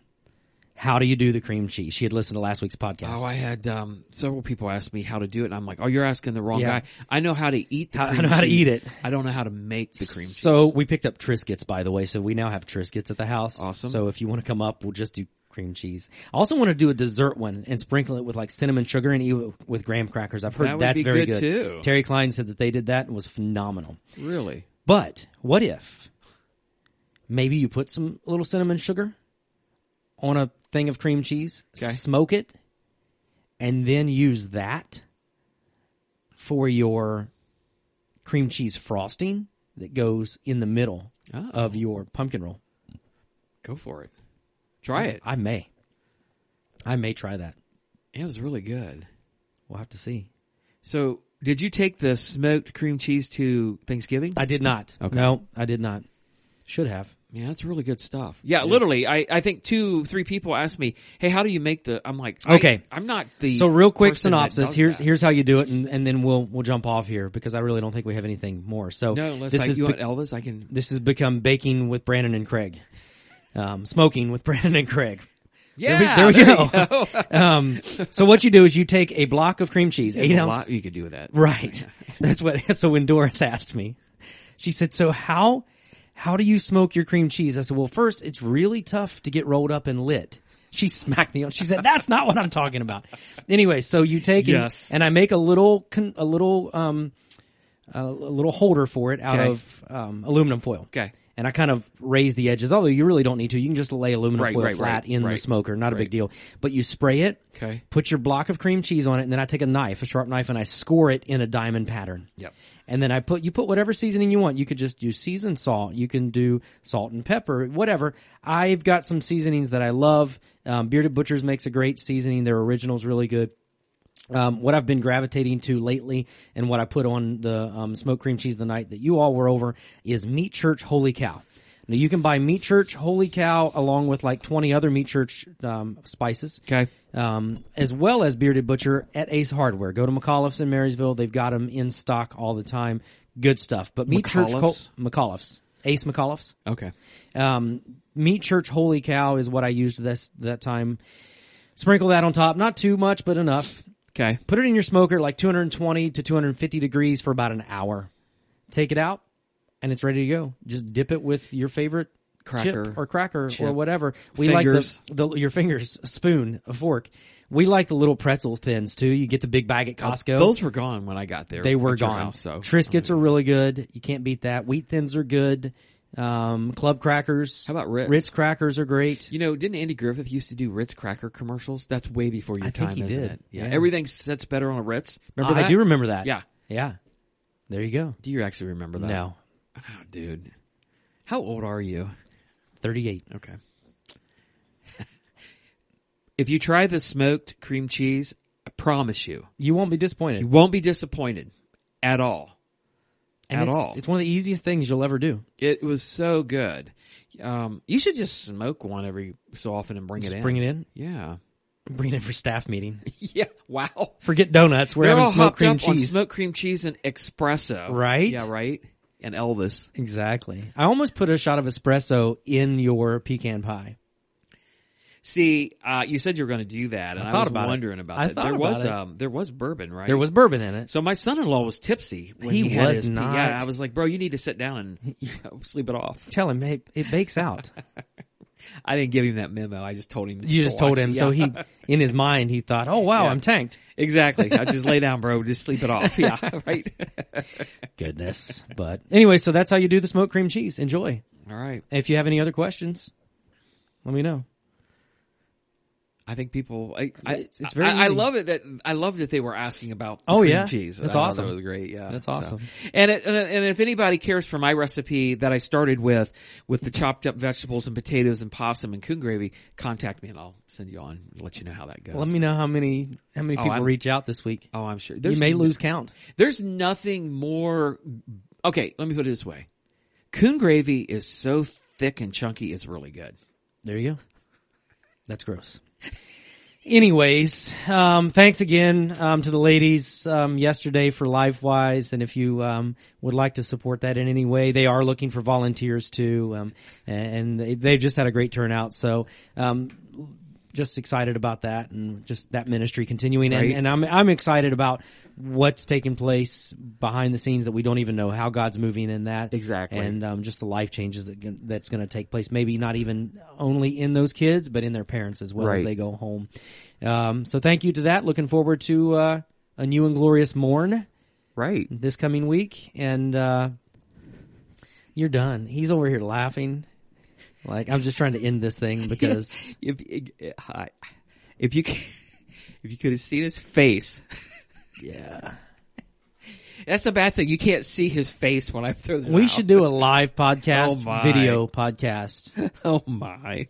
Speaker 1: How do you do the cream cheese? She had listened to last week's podcast.
Speaker 2: Oh, I had um, several people ask me how to do it, and I'm like, "Oh, you're asking the wrong
Speaker 1: Yeah.
Speaker 2: guy. I know how to eat. The
Speaker 1: How- I
Speaker 2: cream
Speaker 1: know how to
Speaker 2: cheese.
Speaker 1: eat it.
Speaker 2: I don't know how to make the cream
Speaker 1: so
Speaker 2: cheese.
Speaker 1: we picked up Triscuits, by the way, so we now have Triscuits at the house.
Speaker 2: Awesome.
Speaker 1: So if you want to come up, we'll just do cream cheese. I also want to do a dessert one and sprinkle it with like cinnamon sugar and eat it with graham crackers. I've heard
Speaker 2: That would
Speaker 1: that's
Speaker 2: be
Speaker 1: very
Speaker 2: good, too.
Speaker 1: Terry Klein said that they did that and was phenomenal.
Speaker 2: really,
Speaker 1: But what if maybe you put some little cinnamon sugar on a thing of cream cheese,
Speaker 2: Okay.
Speaker 1: smoke it, and then use that for your cream cheese frosting that goes in the middle
Speaker 2: Oh.
Speaker 1: of your pumpkin roll?
Speaker 2: go for it. Try it.
Speaker 1: I may. I may try that.
Speaker 2: It was really good.
Speaker 1: We'll have to see.
Speaker 2: So, did you take the smoked cream cheese to Thanksgiving?
Speaker 1: I did not.
Speaker 2: Okay.
Speaker 1: No, I did not. Should have.
Speaker 2: yeah, that's really good stuff. Yeah, literally, I, I think two, three people asked me, "Hey, how do you make the?" I'm like, I-
Speaker 1: Okay.
Speaker 2: I'm not the
Speaker 1: So real quick
Speaker 2: person that
Speaker 1: synopsis.
Speaker 2: does
Speaker 1: Here's
Speaker 2: that.
Speaker 1: here's how you do it, and, and then we'll we'll jump off here because I really don't think we have anything more. So
Speaker 2: no, unless
Speaker 1: this
Speaker 2: I,
Speaker 1: is
Speaker 2: you
Speaker 1: be-
Speaker 2: want Elvis, I can.
Speaker 1: this has become baking with Brandon and Craig, um, smoking with <laughs> Brandon and Craig.
Speaker 2: Yeah,
Speaker 1: there we <laughs>
Speaker 2: you
Speaker 1: go. um, so what you do is you take a block of cream cheese, eight
Speaker 2: There's a
Speaker 1: ounce.
Speaker 2: lot you could do with that.
Speaker 1: <laughs> Right. That's what. <laughs> So when Doris asked me, she said, "So how how do you smoke your cream cheese?" I said, "Well, first, it's really tough to get rolled up and lit." She <laughs> smacked me on. She said, "That's not what I'm talking about." Anyway, so you take and-
Speaker 2: Yes.
Speaker 1: and, I make a little con- a little um a, a little holder for it out
Speaker 2: Okay.
Speaker 1: of um, aluminum foil.
Speaker 2: Okay.
Speaker 1: And I kind of raise the edges, although you really don't need to. You can just lay aluminum
Speaker 2: Right,
Speaker 1: foil
Speaker 2: right,
Speaker 1: flat
Speaker 2: right,
Speaker 1: in the
Speaker 2: right,
Speaker 1: smoker, not a big
Speaker 2: right.
Speaker 1: deal. But you spray it,
Speaker 2: Okay.
Speaker 1: put your block of cream cheese on it, and then I take a knife, a sharp knife, and I score it in a diamond pattern.
Speaker 2: Yep.
Speaker 1: And then I put you put whatever seasoning you want. You could just do seasoned salt. You can do salt and pepper, whatever. I've got some seasonings that I love. Um, Bearded Butchers makes a great seasoning. Their original's really good. Um, what I've been gravitating to lately, and what I put on the um, smoked cream cheese the night that you all were over, is Meat Church Holy Cow. Now you can buy Meat Church Holy Cow along with like twenty other Meat Church um, spices
Speaker 2: Okay.
Speaker 1: um, as well as Bearded Butcher at Ace Hardware. Go to McAuliffe's in Marysville. They've got them in stock all the time. Good stuff. But Meat Church Col-
Speaker 2: McAuliffe's?
Speaker 1: McAuliffe's. Ace McAuliffe's.
Speaker 2: Okay.
Speaker 1: Um, Meat Church Holy Cow is what I used this that time. Sprinkle that on top. Not too much, but enough.
Speaker 2: Okay.
Speaker 1: Put it in your smoker like 220 to 250 degrees for about an hour. Take it out and it's ready to go. Just dip it with your favorite
Speaker 2: Cracker.
Speaker 1: chip or cracker or
Speaker 2: Chip.
Speaker 1: whatever. We
Speaker 2: Fingers.
Speaker 1: like the, the your fingers, a spoon, a fork. We like the little pretzel thins too. You get the big bag at Costco.
Speaker 2: Uh, Those were gone when I got there.
Speaker 1: they were
Speaker 2: at your
Speaker 1: gone.
Speaker 2: house, so
Speaker 1: Triscuits are really good. You can't beat that. Wheat thins are good. Um, club crackers.
Speaker 2: How about Ritz?
Speaker 1: Ritz crackers are great.
Speaker 2: You know, didn't Andy Griffith used to do Ritz cracker commercials? That's way before your
Speaker 1: I think
Speaker 2: time,
Speaker 1: he
Speaker 2: isn't
Speaker 1: did.
Speaker 2: it? Yeah.
Speaker 1: Yeah.
Speaker 2: Everything sets better on a Ritz. Remember
Speaker 1: I
Speaker 2: that?
Speaker 1: do remember that.
Speaker 2: Yeah.
Speaker 1: Yeah. There you go.
Speaker 2: Do you actually remember that?
Speaker 1: No.
Speaker 2: Oh, dude. How old are you?
Speaker 1: 38.
Speaker 2: Okay. <laughs> if you try the smoked cream cheese, I promise you,
Speaker 1: You won't be disappointed.
Speaker 2: you won't be disappointed at all.
Speaker 1: and
Speaker 2: at
Speaker 1: it's,
Speaker 2: all.
Speaker 1: It's one of the easiest things you'll ever do.
Speaker 2: It was so good. Um, you should just smoke one every so often and bring
Speaker 1: Just
Speaker 2: it in.
Speaker 1: bring it in.
Speaker 2: Yeah.
Speaker 1: Bring it in for staff meeting.
Speaker 2: <laughs> Yeah. Wow.
Speaker 1: Forget donuts. We're
Speaker 2: They're
Speaker 1: having
Speaker 2: all
Speaker 1: smoked
Speaker 2: hopped
Speaker 1: cream
Speaker 2: up on
Speaker 1: cheese.
Speaker 2: smoked cream cheese and espresso.
Speaker 1: Right?
Speaker 2: Yeah, right. And Elvis.
Speaker 1: Exactly. I almost put a shot of espresso in your pecan pie.
Speaker 2: See, uh, you said you were going to do that, and I,
Speaker 1: thought
Speaker 2: was
Speaker 1: about it.
Speaker 2: wondering about
Speaker 1: I
Speaker 2: that.
Speaker 1: thought
Speaker 2: there
Speaker 1: about
Speaker 2: was
Speaker 1: it.
Speaker 2: um, there was bourbon, right?
Speaker 1: There was bourbon in it.
Speaker 2: So my son-in-law was tipsy. When
Speaker 1: He
Speaker 2: he, had
Speaker 1: was
Speaker 2: his,
Speaker 1: not.
Speaker 2: Yeah, I was like, bro, you need to sit down
Speaker 1: <laughs>
Speaker 2: and sleep it off.
Speaker 1: Tell him, hey, it bakes
Speaker 2: <laughs>
Speaker 1: out.
Speaker 2: I didn't give him that memo. I just told him.
Speaker 1: You
Speaker 2: to
Speaker 1: just told
Speaker 2: watch-
Speaker 1: him. <laughs>
Speaker 2: Yeah.
Speaker 1: So he, in his mind, he thought, oh wow,
Speaker 2: Yeah.
Speaker 1: I'm tanked.
Speaker 2: exactly. I just lay down, bro. Just sleep it
Speaker 1: <laughs>
Speaker 2: off. Yeah, right.
Speaker 1: Goodness. but <laughs> anyway, so that's how you do the smoked cream cheese. Enjoy.
Speaker 2: All right.
Speaker 1: If you have any other questions, let me know.
Speaker 2: I think people. I I,
Speaker 1: It's- it's very
Speaker 2: I, I
Speaker 1: easy.
Speaker 2: love it that I love that they were asking about. the
Speaker 1: Oh,
Speaker 2: cream
Speaker 1: yeah.
Speaker 2: cheese.
Speaker 1: That's
Speaker 2: I thought
Speaker 1: awesome.
Speaker 2: That was great. Yeah,
Speaker 1: That's
Speaker 2: So-
Speaker 1: awesome.
Speaker 2: And it, and and if anybody cares for my recipe that I started with with the chopped up vegetables and potatoes and possum and coon gravy, contact me and I'll send you on. and Let you know how that goes.
Speaker 1: Let me know how many how many
Speaker 2: Oh,
Speaker 1: people
Speaker 2: I'm-
Speaker 1: reach out this week.
Speaker 2: Oh, I'm sure.
Speaker 1: You
Speaker 2: There's
Speaker 1: may
Speaker 2: no-
Speaker 1: lose count.
Speaker 2: There's nothing more. Okay, let me put it this way: coon gravy is so thick and chunky. It's really good.
Speaker 1: There you go. That's gross. Anyways, um, thanks again um, to the ladies um, yesterday for LiveWise, and if you um, would like to support that in any way, they are looking for volunteers too, um, and, and they, they've just had a great turnout. So, um, just excited about that, and just that ministry continuing,
Speaker 2: Right.
Speaker 1: and, and I'm I'm excited about what's taking place behind the scenes that we don't even know how God's moving in that
Speaker 2: Exactly.
Speaker 1: and and um, just the life changes that gon- that's going to take place. Maybe not even only in those kids, but in their parents as well as
Speaker 2: Right.
Speaker 1: they go home. Um, so thank you to that. Looking forward to uh, a new and glorious morn
Speaker 2: Right.
Speaker 1: this coming week, and uh, you're done. He's over here laughing. Like I'm just trying to end this thing
Speaker 2: <laughs>
Speaker 1: because
Speaker 2: if hi, if you <laughs> c- if you could have seen his face,
Speaker 1: yeah,
Speaker 2: <laughs> that's the bad thing. You can't see his face when I throw this.
Speaker 1: we
Speaker 2: out.
Speaker 1: should do a live podcast,
Speaker 2: Oh, my.
Speaker 1: video podcast.
Speaker 2: Oh my!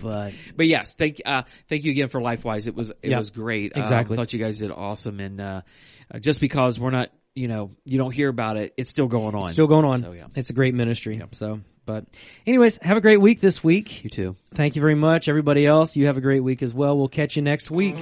Speaker 1: But
Speaker 2: But yes, thank uh, thank you again for LifeWise. It was it
Speaker 1: Yeah,
Speaker 2: was great. Um,
Speaker 1: exactly.
Speaker 2: thought you guys did awesome, and uh, uh, just because we're not, you know, you don't hear about it, it's still going on.
Speaker 1: still going on.
Speaker 2: So, yeah.
Speaker 1: It's a great ministry. So, but anyways, have a great week this week.
Speaker 2: You too.
Speaker 1: Thank you very much, everybody else. You have a great week as well. We'll catch you next week.